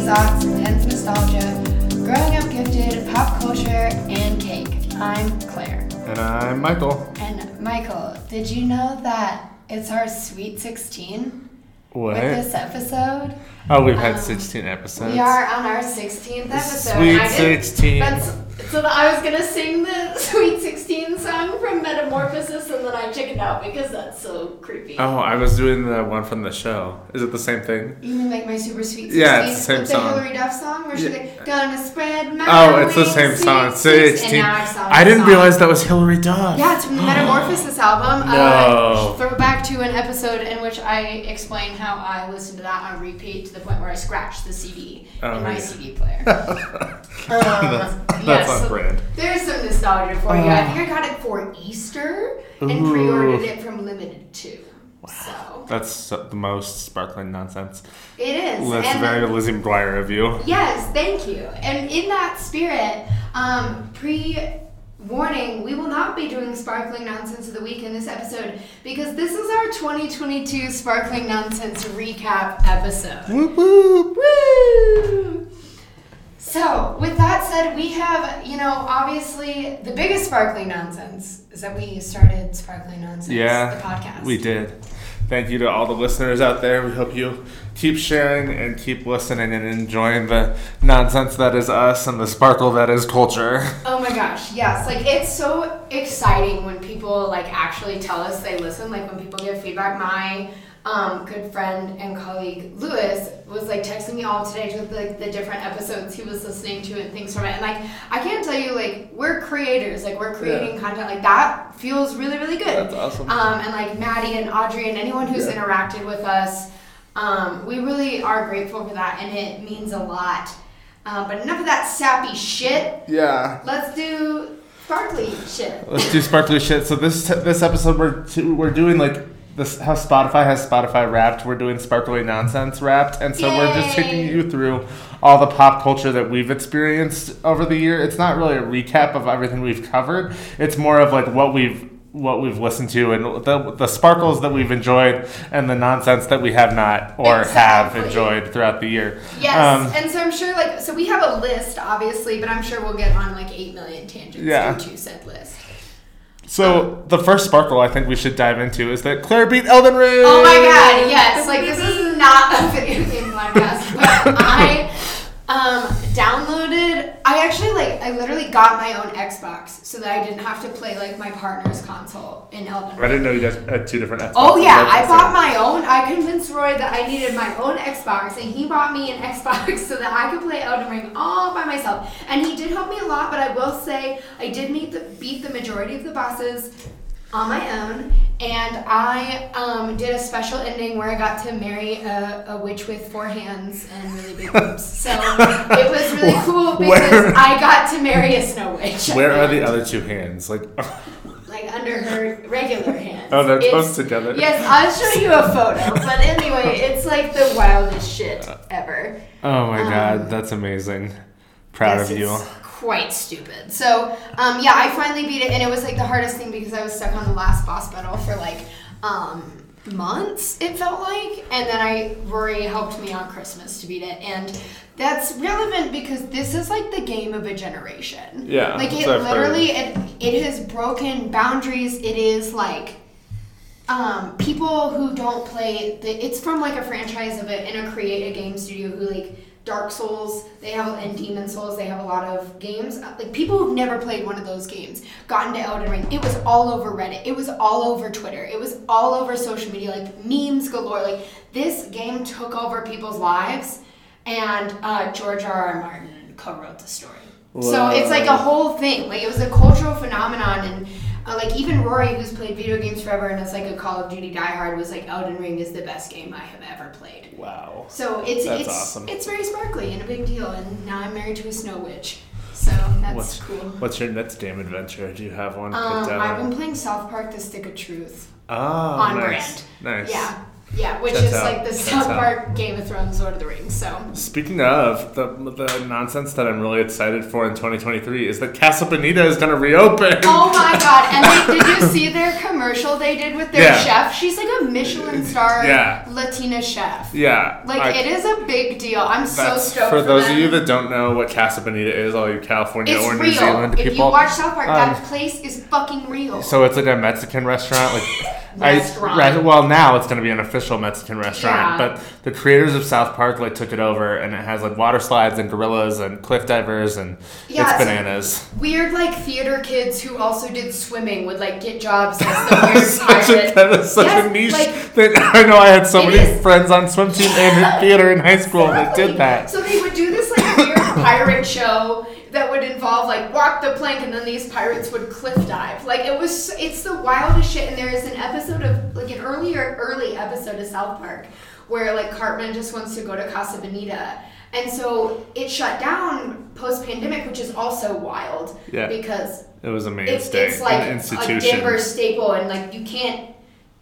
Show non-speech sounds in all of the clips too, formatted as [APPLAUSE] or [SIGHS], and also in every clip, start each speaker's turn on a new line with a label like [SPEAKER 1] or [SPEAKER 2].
[SPEAKER 1] socks, intense nostalgia, growing up gifted, pop culture, and cake. I'm Claire.
[SPEAKER 2] And I'm Michael.
[SPEAKER 1] And Michael, did you know that it's our Sweet 16
[SPEAKER 2] What?
[SPEAKER 1] with this episode?
[SPEAKER 2] oh, we've had
[SPEAKER 1] um,
[SPEAKER 2] 16 episodes.
[SPEAKER 1] We are on our 16th episode.
[SPEAKER 2] Sweet
[SPEAKER 1] I didn't-
[SPEAKER 2] 16.
[SPEAKER 1] That's, so that I was gonna sing the [LAUGHS] Sweet 16 song from Metamorphosis, and then I chickened out because that's so creepy.
[SPEAKER 2] Oh, I was doing the one from the show. Is it the same thing?
[SPEAKER 1] You mean like my super sweet? 16?
[SPEAKER 2] Yeah, it's the same
[SPEAKER 1] with
[SPEAKER 2] song.
[SPEAKER 1] The Hillary Duff song where she's
[SPEAKER 2] Yeah.
[SPEAKER 1] like, "Gonna spread my
[SPEAKER 2] Oh, it's the
[SPEAKER 1] wings,
[SPEAKER 2] same
[SPEAKER 1] sweet
[SPEAKER 2] song.
[SPEAKER 1] sweet-"
[SPEAKER 2] 16.
[SPEAKER 1] And now I've sung
[SPEAKER 2] I
[SPEAKER 1] the
[SPEAKER 2] didn't
[SPEAKER 1] song.
[SPEAKER 2] realize that was Hillary Duff.
[SPEAKER 1] Yeah, it's from the Metamorphosis album.
[SPEAKER 2] No.
[SPEAKER 1] Uh, throwback to an episode in which I explain how I listened to that on repeat to the point where I scratched the CD
[SPEAKER 2] Oh,
[SPEAKER 1] in my
[SPEAKER 2] yeah.
[SPEAKER 1] CD
[SPEAKER 2] [LAUGHS]
[SPEAKER 1] player.
[SPEAKER 2] that's
[SPEAKER 1] Um,
[SPEAKER 2] [LAUGHS] that's
[SPEAKER 1] yes.
[SPEAKER 2] on brand.
[SPEAKER 1] There's some nostalgia for you. I
[SPEAKER 2] Oh.
[SPEAKER 1] think I got it for Easter and
[SPEAKER 2] Ooh.
[SPEAKER 1] pre-ordered it from Limited Two. So
[SPEAKER 2] That's the most sparkling nonsense.
[SPEAKER 1] it is.
[SPEAKER 2] That's
[SPEAKER 1] and the-
[SPEAKER 2] very Lizzie McGuire of you.
[SPEAKER 1] Yes, thank you. And in that spirit, um, pre warning, we will not be doing Sparkling Nonsense of the Week in this episode because this is our 2022 Sparkling Nonsense recap episode.
[SPEAKER 2] Whoop, whoop.
[SPEAKER 1] Woo! So, with that said, we have, you know, obviously the biggest Sparkling Nonsense is that we started Sparkling Nonsense,
[SPEAKER 2] Yeah,
[SPEAKER 1] the podcast.
[SPEAKER 2] We did. Thank you to all the listeners out there. We hope you keep sharing and keep listening and enjoying the nonsense that is us and the sparkle that is culture.
[SPEAKER 1] Oh my gosh, yes. Like it's so exciting when people like actually tell us they listen, like when people give feedback. My um, good friend and colleague Lewis was like texting me all today with like the different episodes he was listening to and things from it. And like I can't tell you like we're creators, like we're creating content like that feels really, really good.
[SPEAKER 2] That's awesome.
[SPEAKER 1] Um, and like Maddie and Audrey and anyone who's
[SPEAKER 2] Yeah.
[SPEAKER 1] interacted with us, um, we really are grateful for that and it means a lot. Uh, but enough of that sappy shit.
[SPEAKER 2] Yeah.
[SPEAKER 1] Let's do sparkly shit.
[SPEAKER 2] Let's do sparkly shit. So this this episode we're t- we're doing like this how Spotify has Spotify Wrapped. We're doing sparkly nonsense Wrapped, and so we're just taking
[SPEAKER 1] Yay.
[SPEAKER 2] you through all the pop culture that we've experienced over the year. It's not really a recap of everything we've covered. It's more of like what we've what we've listened to and the, the sparkles that we've enjoyed and the nonsense that we have not or
[SPEAKER 1] Exactly.
[SPEAKER 2] have enjoyed throughout the year.
[SPEAKER 1] Yes,
[SPEAKER 2] Um,
[SPEAKER 1] and so I'm sure like so we have a list obviously, but I'm sure we'll get on like eight million tangents
[SPEAKER 2] Yeah.
[SPEAKER 1] into said list.
[SPEAKER 2] so the first sparkle I think we should dive into is that Claire beat Elden Ring.
[SPEAKER 1] Oh my god, yes! Like this is not a video game podcast, [LAUGHS] but I um downloaded. I actually like I literally got my own Xbox so that I didn't have to play like my partner's console in Elden.
[SPEAKER 2] I
[SPEAKER 1] Ring.
[SPEAKER 2] didn't know you guys had two different Xboxes.
[SPEAKER 1] Oh yeah, I
[SPEAKER 2] That's
[SPEAKER 1] bought
[SPEAKER 2] it.
[SPEAKER 1] my own. I convinced Roy that I needed my own Xbox, and he bought me an [LAUGHS] Xbox so that I could play Elden Ring all by myself. And he did help me a lot, but I will say I did meet the, beat the majority of the bosses on my own. And I um, did a special ending where I got to marry a, a witch with four hands and really big boobs.
[SPEAKER 2] [LAUGHS]
[SPEAKER 1] So it was really cool because
[SPEAKER 2] Where-
[SPEAKER 1] I got to marry a snow witch.
[SPEAKER 2] Where are the other two hands? Like, [LAUGHS]
[SPEAKER 1] Like under her regular hands.
[SPEAKER 2] oh, they're
[SPEAKER 1] It's-
[SPEAKER 2] close together.
[SPEAKER 1] Yes, I'll show you a photo. But anyway, it's like the wildest shit
[SPEAKER 2] Uh,
[SPEAKER 1] ever.
[SPEAKER 2] Oh my
[SPEAKER 1] Um,
[SPEAKER 2] god, that's amazing. Proud
[SPEAKER 1] Yes,
[SPEAKER 2] of you.
[SPEAKER 1] It's quite stupid. So, um, yeah, I finally beat it, and it was like the hardest thing because I was stuck on the last boss battle for like um, months. It felt like, and then I Rory helped me on Christmas to beat it, and that's relevant because this is like the game of a generation.
[SPEAKER 2] Yeah,
[SPEAKER 1] like it
[SPEAKER 2] that's what I've heard.
[SPEAKER 1] literally it, it has broken boundaries. It is like um, people who don't play the, it's from like a franchise of it in a create a game studio who like Dark Souls they have and Demon Souls they have a lot of games Uh, like people who've never played one of those games got into Elden Ring it was all over Reddit it was all over Twitter it was all over social media like memes galore like this game took over people's lives and uh, George R R Martin co-wrote the story so it's like a
[SPEAKER 2] Wow.
[SPEAKER 1] whole thing. Like it was a cultural phenomenon, and uh, like even Rory, who's played video games forever and is like a Call of Duty diehard, was like Elden Ring is the best game I have ever played.
[SPEAKER 2] Wow.
[SPEAKER 1] So it's
[SPEAKER 2] That's
[SPEAKER 1] it's
[SPEAKER 2] awesome.
[SPEAKER 1] it's very sparkly and a big deal. And now I'm married to a snow witch, so that's
[SPEAKER 2] What's-
[SPEAKER 1] cool.
[SPEAKER 2] What's your next damn adventure? Do you have one
[SPEAKER 1] Um,
[SPEAKER 2] picked out?
[SPEAKER 1] I've been playing South Park: The Stick of Truth.
[SPEAKER 2] oh,
[SPEAKER 1] on
[SPEAKER 2] nice. Nice.
[SPEAKER 1] Yeah. Yeah, which
[SPEAKER 3] That's
[SPEAKER 1] is
[SPEAKER 3] how-
[SPEAKER 1] like the
[SPEAKER 3] that's
[SPEAKER 1] South
[SPEAKER 3] how-
[SPEAKER 1] Park, Game of Thrones, Lord of the Rings. So
[SPEAKER 2] Speaking of the, the nonsense that I'm really excited for in 2023 is that Casa Bonita is going to reopen.
[SPEAKER 1] Oh my god! And they, did you see their commercial they did with their
[SPEAKER 2] Yeah.
[SPEAKER 1] chef? She's like a Michelin star
[SPEAKER 2] Yeah.
[SPEAKER 1] Latina chef.
[SPEAKER 2] [LAUGHS] Yeah,
[SPEAKER 1] Like
[SPEAKER 2] I-
[SPEAKER 1] it is a big deal. I'm so
[SPEAKER 2] that's-
[SPEAKER 1] stoked
[SPEAKER 2] for those
[SPEAKER 1] them.
[SPEAKER 2] of you that don't know what Casa Bonita is, all you California
[SPEAKER 1] it's
[SPEAKER 2] or
[SPEAKER 1] real.
[SPEAKER 2] New Zealand
[SPEAKER 1] if
[SPEAKER 2] people.
[SPEAKER 1] you watch South Park,
[SPEAKER 2] um,
[SPEAKER 1] that place is fucking real.
[SPEAKER 2] so it's like a Mexican
[SPEAKER 1] [LAUGHS]
[SPEAKER 2] restaurant, like I-
[SPEAKER 1] Restaurant.
[SPEAKER 2] re- well, now it's going to be an official Mexican restaurant.
[SPEAKER 1] Yeah.
[SPEAKER 2] But the creators of South Park like took it over, and it has like water slides and gorillas and cliff divers, and
[SPEAKER 1] Yeah,
[SPEAKER 2] it's
[SPEAKER 1] it's- [LAUGHS]
[SPEAKER 2] bananas.
[SPEAKER 1] Weird, like theater kids who also did swimming would like get jobs as
[SPEAKER 2] [LAUGHS]
[SPEAKER 1] the weird
[SPEAKER 2] such a,
[SPEAKER 1] pirate.
[SPEAKER 2] that is such
[SPEAKER 1] Yes,
[SPEAKER 2] a niche
[SPEAKER 1] like-
[SPEAKER 2] that [LAUGHS] I know I had so
[SPEAKER 1] It
[SPEAKER 2] many
[SPEAKER 1] is.
[SPEAKER 2] friends on swim team
[SPEAKER 1] [LAUGHS]
[SPEAKER 2] and in theater in high school that did that.
[SPEAKER 1] So they would do this like
[SPEAKER 2] [COUGHS]
[SPEAKER 1] weird pirate show that would involve like walk the plank and then these pirates would cliff dive. Like it was it's the wildest shit and there is an episode of like an earlier early episode of South Park where like Cartman just wants to go to Casa Bonita. And so it shut down post pandemic, which is also wild
[SPEAKER 2] Yeah.
[SPEAKER 1] because
[SPEAKER 2] It was a
[SPEAKER 1] it's,
[SPEAKER 2] mainstay,
[SPEAKER 1] it's like
[SPEAKER 2] an
[SPEAKER 1] a
[SPEAKER 2] institution.
[SPEAKER 1] Denver staple, and like you can't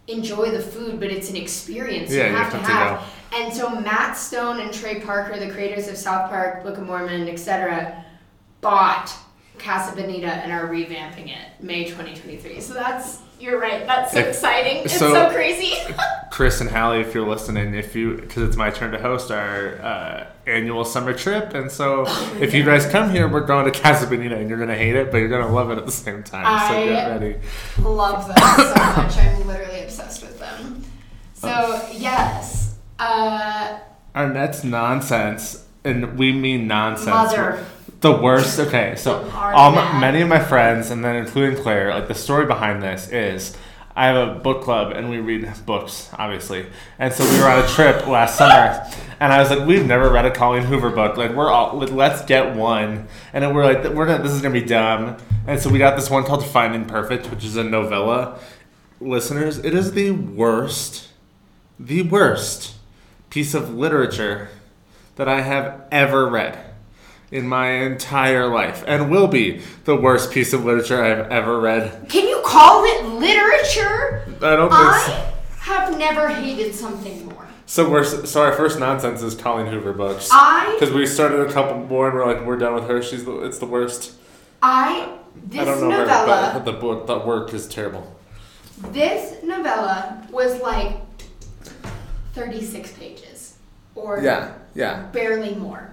[SPEAKER 1] enjoy the food, but it's an experience
[SPEAKER 2] Yeah,
[SPEAKER 1] you have to have. And so Matt Stone and Trey Parker, the creators of South Park, Book of Mormon, etc., bought Casa Bonita and are revamping it May 2023. So that's you're right. That's so
[SPEAKER 2] If-
[SPEAKER 1] exciting. It's
[SPEAKER 2] so-
[SPEAKER 1] so, crazy. [LAUGHS]
[SPEAKER 2] Chris and Hallie, if you're listening, if you because it's my turn to host our uh, annual summer trip, and so
[SPEAKER 1] Oh,
[SPEAKER 2] if you guys come here, we're going to Casa Bonita, and you're gonna hate it, but you're gonna love it at the same time. so
[SPEAKER 1] I-
[SPEAKER 2] get ready.
[SPEAKER 1] Love them so much. I'm literally obsessed with them. So yes. Uh,
[SPEAKER 2] Our next nonsense, and we mean nonsense.
[SPEAKER 1] Mother.
[SPEAKER 2] The worst. Okay, so
[SPEAKER 1] Are
[SPEAKER 2] all my,
[SPEAKER 1] bad.
[SPEAKER 2] many of my friends, and then including Claire, like the story behind this is. I have a book club and we read books, obviously. And so we were on a trip last summer, and I was like, "We've never read a Colleen Hoover book. Like, we're all like, let's get one." And then we're like, "We're not. This is gonna be dumb." And so we got this one called Finding Perfect, which is a novella. Listeners, it is the worst the worst piece of literature that I have ever read in my entire life and will be the worst piece of literature I've ever read.
[SPEAKER 1] can you call it literature?
[SPEAKER 2] I don't think so.
[SPEAKER 1] I have never hated something more.
[SPEAKER 2] So we're so our first nonsense is Colleen Hoover books
[SPEAKER 1] I
[SPEAKER 2] because we started a couple more and we're like we're done with her. She's the, it's the worst.
[SPEAKER 1] I this
[SPEAKER 2] I don't know her,
[SPEAKER 1] novella
[SPEAKER 2] but the book the work is terrible. [LAUGHS]
[SPEAKER 1] this novella was like 36 pages or
[SPEAKER 2] yeah.
[SPEAKER 1] barely more.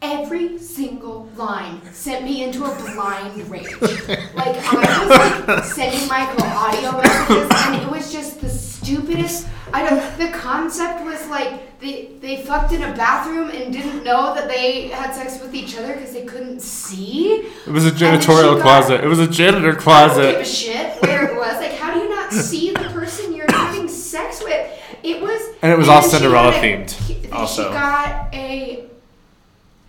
[SPEAKER 1] Every single line sent me into a blind rage. like I was like sending Michael audio messages, and it was just the stupidest. I don't. The concept was like they they fucked in a bathroom and didn't know that they had sex with each other because they couldn't see.
[SPEAKER 2] It was a
[SPEAKER 1] then she
[SPEAKER 2] janitorial
[SPEAKER 1] got-
[SPEAKER 2] closet. It was a janitor
[SPEAKER 1] I don't give a
[SPEAKER 2] closet.
[SPEAKER 1] shit where it was. Like, how do you
[SPEAKER 2] [LAUGHS]
[SPEAKER 1] not see the person you're having sex with? It was.
[SPEAKER 2] And it was all
[SPEAKER 1] then she
[SPEAKER 2] Cinderella
[SPEAKER 1] got a-
[SPEAKER 2] themed,
[SPEAKER 1] he-
[SPEAKER 2] also.
[SPEAKER 1] she got a.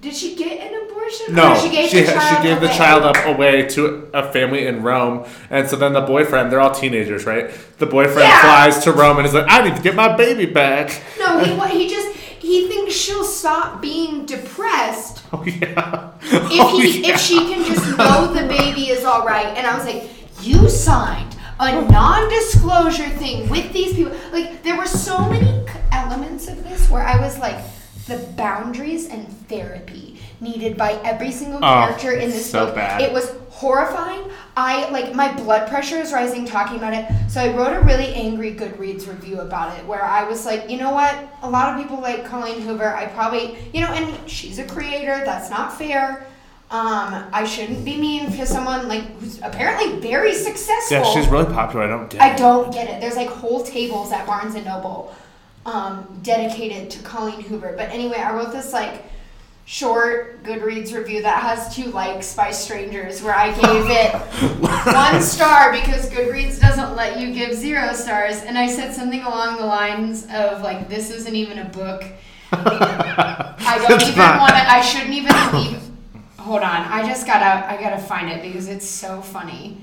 [SPEAKER 1] Did she get an abortion?
[SPEAKER 2] No,
[SPEAKER 1] Or she gave the child.
[SPEAKER 2] she gave the
[SPEAKER 1] away?
[SPEAKER 2] child up away to a family in Rome, and so then the boyfriend—they're all teenagers, right? The boyfriend
[SPEAKER 1] Yeah.
[SPEAKER 2] flies to Rome and is like, "I need to get my baby back."
[SPEAKER 1] No,
[SPEAKER 2] [LAUGHS]
[SPEAKER 1] he wa- he just he thinks she'll stop being depressed
[SPEAKER 2] Oh yeah.
[SPEAKER 1] if
[SPEAKER 2] Oh,
[SPEAKER 1] he
[SPEAKER 2] yeah.
[SPEAKER 1] if she can just know the baby is all right and i was like you signed a non-disclosure thing with these people like there were so many c- elements of this where i was like the boundaries and therapy needed by every single
[SPEAKER 2] Oh,
[SPEAKER 1] character in this
[SPEAKER 2] so
[SPEAKER 1] book
[SPEAKER 2] bad.
[SPEAKER 1] it was horrifying i like my blood pressure is rising talking about it so i wrote a really angry goodreads review about it where i was like you know what a lot of people like colleen hoover i probably you know and she's a creator that's not fair um, I shouldn't be mean to someone like who's apparently very successful.
[SPEAKER 2] yeah, she's really popular. I don't get.
[SPEAKER 1] I
[SPEAKER 2] it.
[SPEAKER 1] don't get it. There's like whole tables at Barnes and Noble um, dedicated to Colleen Hoover. But anyway, I wrote this like short Goodreads review that has two likes by strangers where I gave
[SPEAKER 2] [LAUGHS]
[SPEAKER 1] it one star because Goodreads doesn't let you give zero stars. And I said something along the lines of like, this isn't even a book.
[SPEAKER 2] [LAUGHS]
[SPEAKER 1] I don't
[SPEAKER 2] It's
[SPEAKER 1] even
[SPEAKER 2] not.
[SPEAKER 1] want to, I shouldn't even leave. Hold on, I just gotta, I gotta find it because it's so funny.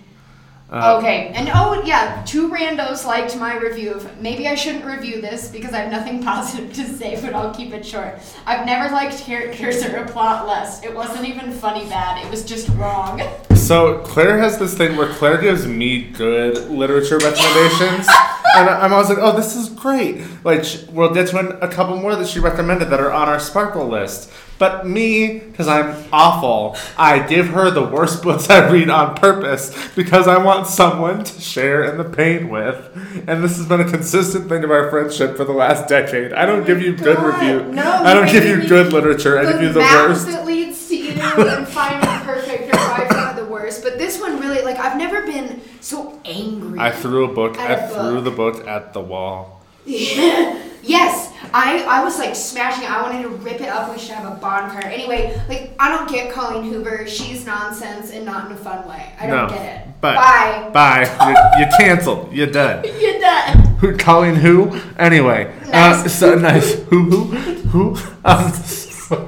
[SPEAKER 2] Uh,
[SPEAKER 1] okay, and oh yeah, two randos liked my review. Of, maybe I shouldn't review this because I have nothing [LAUGHS] positive to say, but I'll keep it short. I've never liked characters or a plot less. It wasn't even funny bad. It was just wrong.
[SPEAKER 2] [LAUGHS]
[SPEAKER 1] [LAUGHS]
[SPEAKER 2] So Claire has this thing where Claire gives me good literature recommendations, and I, I'm always like, oh, this is great. Like, sh- we'll get to an, a couple more that she recommended that are on our Sparkle list. But me, because I'm awful, I give her the worst books I read on purpose because I want someone to share in the pain with. And this has been a consistent thing of our friendship for the last decade. I don't give you good
[SPEAKER 1] Oh God,
[SPEAKER 2] review.
[SPEAKER 1] no,
[SPEAKER 2] I don't
[SPEAKER 1] you
[SPEAKER 2] give
[SPEAKER 1] give
[SPEAKER 2] you
[SPEAKER 1] me
[SPEAKER 2] good literature. I
[SPEAKER 1] the
[SPEAKER 2] give you the
[SPEAKER 1] map
[SPEAKER 2] worst.
[SPEAKER 1] that leads to either of them finding perfect or by far the worst. But this one really, like, I've never been so angry.
[SPEAKER 2] I threw a book.
[SPEAKER 1] At
[SPEAKER 2] I
[SPEAKER 1] a
[SPEAKER 2] threw
[SPEAKER 1] book.
[SPEAKER 2] the book at the wall.
[SPEAKER 1] [LAUGHS] yes, I, I was like smashing. it. I wanted to rip it up. We should have a bonfire. Anyway, like I don't get Colleen Hoover. She's nonsense and not in a fun way. I don't
[SPEAKER 2] no,
[SPEAKER 1] get it.
[SPEAKER 2] But
[SPEAKER 1] Bye. [LAUGHS]
[SPEAKER 2] [LAUGHS] Bye. you, you canceled. You're done.
[SPEAKER 1] You're done.
[SPEAKER 2] Who calling who? Anyway, uh,
[SPEAKER 1] Nice.
[SPEAKER 2] so nice. Who who who? Um, so,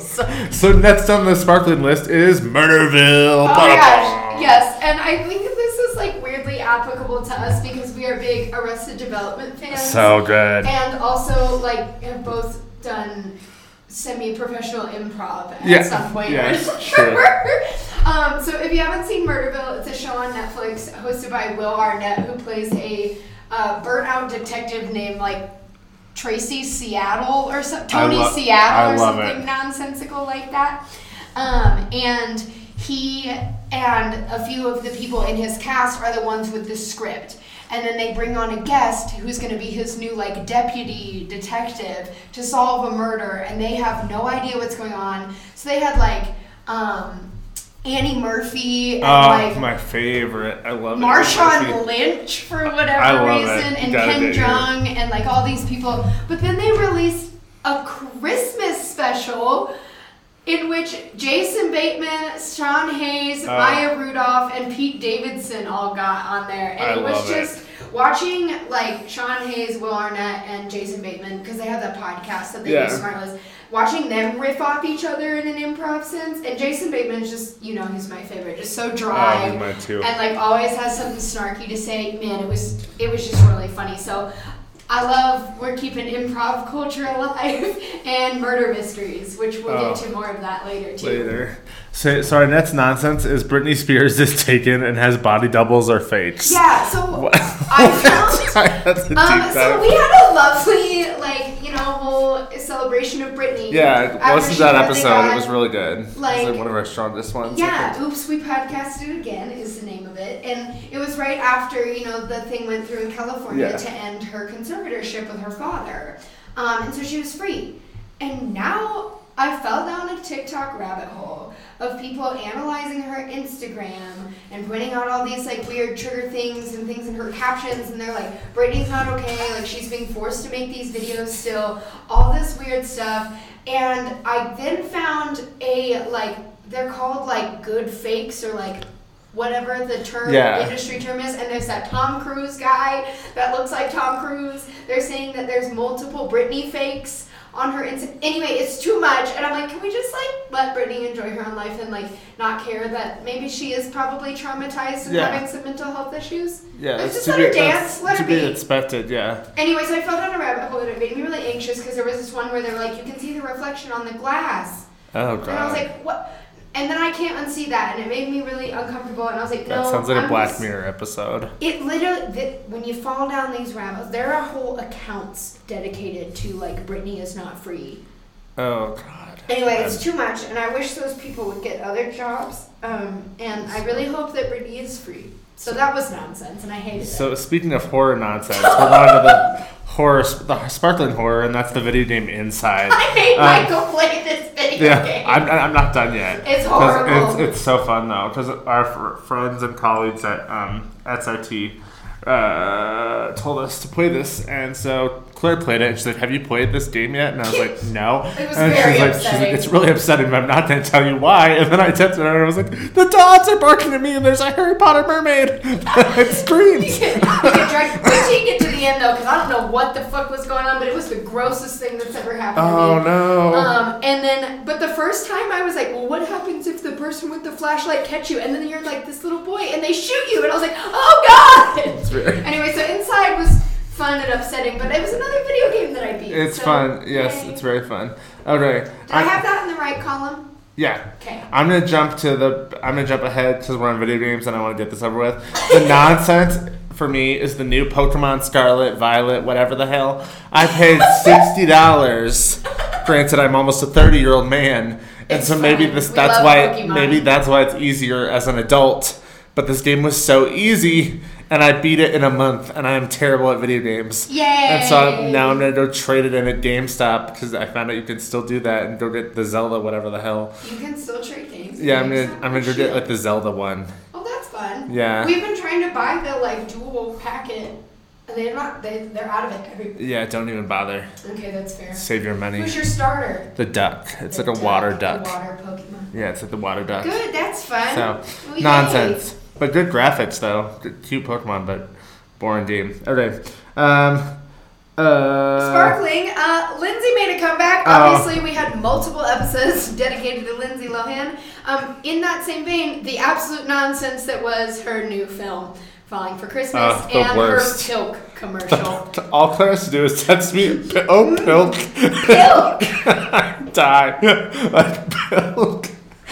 [SPEAKER 2] so next on the sparkling list is Murderville.
[SPEAKER 1] Oh my gosh. Yes, and I think this is like weirdly applicable to us because we are big Arrested Development fans.
[SPEAKER 2] So good.
[SPEAKER 1] and also like have both done semi-professional improv at
[SPEAKER 2] Yeah,
[SPEAKER 1] some point. [LAUGHS]
[SPEAKER 2] yeah,
[SPEAKER 1] or another.
[SPEAKER 2] sure.
[SPEAKER 1] um, so if you haven't seen Murderville, it's a show on Netflix hosted by Will Arnett, who plays a uh, burnout detective named like Tracy Seattle or something,
[SPEAKER 2] I
[SPEAKER 1] Tony
[SPEAKER 2] lo-
[SPEAKER 1] Seattle
[SPEAKER 2] I
[SPEAKER 1] or
[SPEAKER 2] love
[SPEAKER 1] something
[SPEAKER 2] it.
[SPEAKER 1] nonsensical like that. Um, and he and a few of the people in his cast are the ones with the script. And then they bring on a guest who's going to be his new like deputy detective to solve a murder, and they have no idea what's going on. So they had like um, Annie Murphy and
[SPEAKER 2] Oh,
[SPEAKER 1] like
[SPEAKER 2] my favorite. I love it.
[SPEAKER 1] Marshawn Lynch for
[SPEAKER 2] I
[SPEAKER 1] whatever
[SPEAKER 2] love it.
[SPEAKER 1] reason,
[SPEAKER 2] You
[SPEAKER 1] and
[SPEAKER 2] gotta
[SPEAKER 1] Ken
[SPEAKER 2] dig it.
[SPEAKER 1] Jong, and like all these people. But then they released a Christmas special in which Jason Bateman, Sean Hayes,
[SPEAKER 2] Oh.
[SPEAKER 1] Maya Rudolph, and Pete Davidson all got on there, and
[SPEAKER 2] I
[SPEAKER 1] it was
[SPEAKER 2] love it.
[SPEAKER 1] just watching like Sean Hayes, Will Arnett, and Jason Bateman because they have that podcast that they
[SPEAKER 2] Yeah.
[SPEAKER 1] do Smart List. Watching them riff off each other in an improv sense, and Jason Bateman's just you know he's my favorite, just so dry
[SPEAKER 2] Oh, he's mine too.
[SPEAKER 1] and like always has something snarky to say. Man, it was it was just really funny. So I love we're keeping improv culture alive [LAUGHS] and murder mysteries, which we'll
[SPEAKER 2] Oh.
[SPEAKER 1] get to more of that later too.
[SPEAKER 2] Later. So, so our next nonsense is Britney Spears is taken and has body doubles or fakes.
[SPEAKER 1] Yeah, so
[SPEAKER 2] [LAUGHS] What?
[SPEAKER 1] I found
[SPEAKER 2] That's a deep
[SPEAKER 1] Um, so
[SPEAKER 2] dive.
[SPEAKER 1] we had a lovely, like, you know, whole celebration of Britney.
[SPEAKER 2] yeah,
[SPEAKER 1] after
[SPEAKER 2] listen
[SPEAKER 1] she
[SPEAKER 2] to that
[SPEAKER 1] finally
[SPEAKER 2] episode.
[SPEAKER 1] got-
[SPEAKER 2] it was really good. It was,
[SPEAKER 1] like-
[SPEAKER 2] like one of our strongest ones. I think.
[SPEAKER 1] Yeah, Oops, We Podcasted It Again is the name of it. And it was right after, you know, the thing went through in California
[SPEAKER 2] Yeah.
[SPEAKER 1] to end her conservatorship with her father. Um, and so she was free. And now I fell down a TikTok rabbit hole of people analyzing her Instagram and pointing out all these like weird trigger things and things in her captions and they're like Britney's not okay like she's being forced to make these videos still all this weird stuff and I then found a like they're called like good fakes or like whatever the term
[SPEAKER 2] Yeah.
[SPEAKER 1] industry term is and there's that Tom Cruise guy that looks like Tom Cruise they're saying that there's multiple Britney fakes on her Insta- anyway it's too much and i'm like can we just like let brittany enjoy her own life and like not care that maybe she is probably traumatized and
[SPEAKER 2] Yeah.
[SPEAKER 1] having some mental health issues
[SPEAKER 2] Yeah,
[SPEAKER 1] Let's
[SPEAKER 2] it's
[SPEAKER 1] just let her dance, let
[SPEAKER 2] to
[SPEAKER 1] her
[SPEAKER 2] be
[SPEAKER 1] be.
[SPEAKER 2] expected. Yeah,
[SPEAKER 1] anyway so i fell down a rabbit hole and it made me really anxious because there was this one where they're like you can see the reflection on the glass
[SPEAKER 2] Oh
[SPEAKER 1] and i was like what and then i can't unsee that and it made me really uncomfortable and i was like no
[SPEAKER 2] that sounds like a
[SPEAKER 1] I'm
[SPEAKER 2] Black
[SPEAKER 1] just-
[SPEAKER 2] Mirror episode.
[SPEAKER 1] it literally, th- when you fall down these rabbits, there are whole accounts dedicated to like Britney is not free.
[SPEAKER 2] Oh God.
[SPEAKER 1] Anyway, it's too much, and I wish those people would get other jobs. Um, and I really hope that Britney is free. So that was nonsense, and I hated it.
[SPEAKER 2] So speaking of horror nonsense, we're on to the horror, sp- the sparkling horror, and that's the video game
[SPEAKER 1] [LAUGHS]
[SPEAKER 2] Inside.
[SPEAKER 1] [LAUGHS] I hate
[SPEAKER 2] Um,
[SPEAKER 1] Michael play this video
[SPEAKER 2] Yeah,
[SPEAKER 1] game. [LAUGHS]
[SPEAKER 2] I'm, I'm not done yet.
[SPEAKER 1] It's
[SPEAKER 2] 'Cause
[SPEAKER 1] horrible.
[SPEAKER 2] It's, it's so fun though, because our fr- friends and colleagues at um, SRT uh, told us to play this, and so Claire played it, and she's like, "Have you played this game yet?" And I was like,
[SPEAKER 1] [LAUGHS]
[SPEAKER 2] "No."
[SPEAKER 1] It was
[SPEAKER 2] and
[SPEAKER 1] very
[SPEAKER 2] she's like, She's like,
[SPEAKER 1] upsetting.
[SPEAKER 2] "It's really upsetting, but I'm not going to tell you why." And then I texted her, and I was like, "The dogs are barking at me, and there's a Harry Potter mermaid." [LAUGHS] it
[SPEAKER 1] We [LAUGHS]
[SPEAKER 2] screams.
[SPEAKER 1] can drag- we can get to the end though, because I don't know what the fuck was going on, but it was the grossest thing that's ever happened to
[SPEAKER 2] Oh
[SPEAKER 1] me.
[SPEAKER 2] no.
[SPEAKER 1] Um, and then, but the first time I was like, well, what happens if the person with the flashlight catch you? And then you're like this little boy, and they shoot you, and I was like, oh god! [LAUGHS]
[SPEAKER 2] weird.
[SPEAKER 1] Anyway, so inside was fun and upsetting, but it was another video game that I beat.
[SPEAKER 2] it's
[SPEAKER 1] so,
[SPEAKER 2] fun. Yes,
[SPEAKER 1] yay.
[SPEAKER 2] it's very fun. Okay.
[SPEAKER 1] Did I have that in the right column?
[SPEAKER 2] yeah.
[SPEAKER 1] Okay.
[SPEAKER 2] I'm gonna jump to the. I'm gonna jump ahead because we're on video games and I want to get this over with. The [LAUGHS] nonsense for me is the new Pokemon Scarlet, Violet, whatever the hell. I paid sixty dollars. Granted, I'm almost a thirty year old man, and
[SPEAKER 1] It's
[SPEAKER 2] so maybe
[SPEAKER 1] fine.
[SPEAKER 2] this
[SPEAKER 1] We
[SPEAKER 2] that's
[SPEAKER 1] love
[SPEAKER 2] why
[SPEAKER 1] Pokemon.
[SPEAKER 2] maybe that's why it's easier as an adult. But this game was so easy, and I beat it in a month, and I am terrible at video games.
[SPEAKER 1] Yay!
[SPEAKER 2] And so I'm- uh, now I'm gonna go trade it in at GameStop because I found out you can still do that and go get the Zelda, whatever the hell.
[SPEAKER 1] You can still trade things.
[SPEAKER 2] Yeah, I'm
[SPEAKER 1] It's
[SPEAKER 2] gonna
[SPEAKER 1] not
[SPEAKER 2] I'm gonna go
[SPEAKER 1] shit.
[SPEAKER 2] get like the Zelda one.
[SPEAKER 1] Oh, that's fun.
[SPEAKER 2] Yeah.
[SPEAKER 1] We've been trying to buy the like dual packet, and they're not. They they're out of it. Every
[SPEAKER 2] Yeah, don't even bother.
[SPEAKER 1] okay, that's fair.
[SPEAKER 2] Save your money.
[SPEAKER 1] Who's your starter?
[SPEAKER 2] The duck. It's
[SPEAKER 1] The
[SPEAKER 2] like a water
[SPEAKER 1] the
[SPEAKER 2] duck.
[SPEAKER 1] Water Pokemon.
[SPEAKER 2] Yeah, it's like the water duck.
[SPEAKER 1] Good, that's fun.
[SPEAKER 2] So
[SPEAKER 1] Well, yay.
[SPEAKER 2] nonsense, but good graphics though. Good- Cute Pokemon, but boring game. Okay. Um. Uh.
[SPEAKER 1] Sparkling, uh, Lindsay made a comeback.
[SPEAKER 2] Oh.
[SPEAKER 1] Obviously, we had multiple episodes [LAUGHS] dedicated to Lindsay Lohan. Um, in that same vein, the absolute nonsense that was her new film, Falling for Christmas,
[SPEAKER 2] Ugh, Uh, the
[SPEAKER 1] and
[SPEAKER 2] worst.
[SPEAKER 1] her
[SPEAKER 2] [LAUGHS]
[SPEAKER 1] Pilk commercial.
[SPEAKER 2] All Claire has to do is text me. P- Oh, milk. [LAUGHS]
[SPEAKER 1] Pilk!
[SPEAKER 2] Die. [LAUGHS] like milk.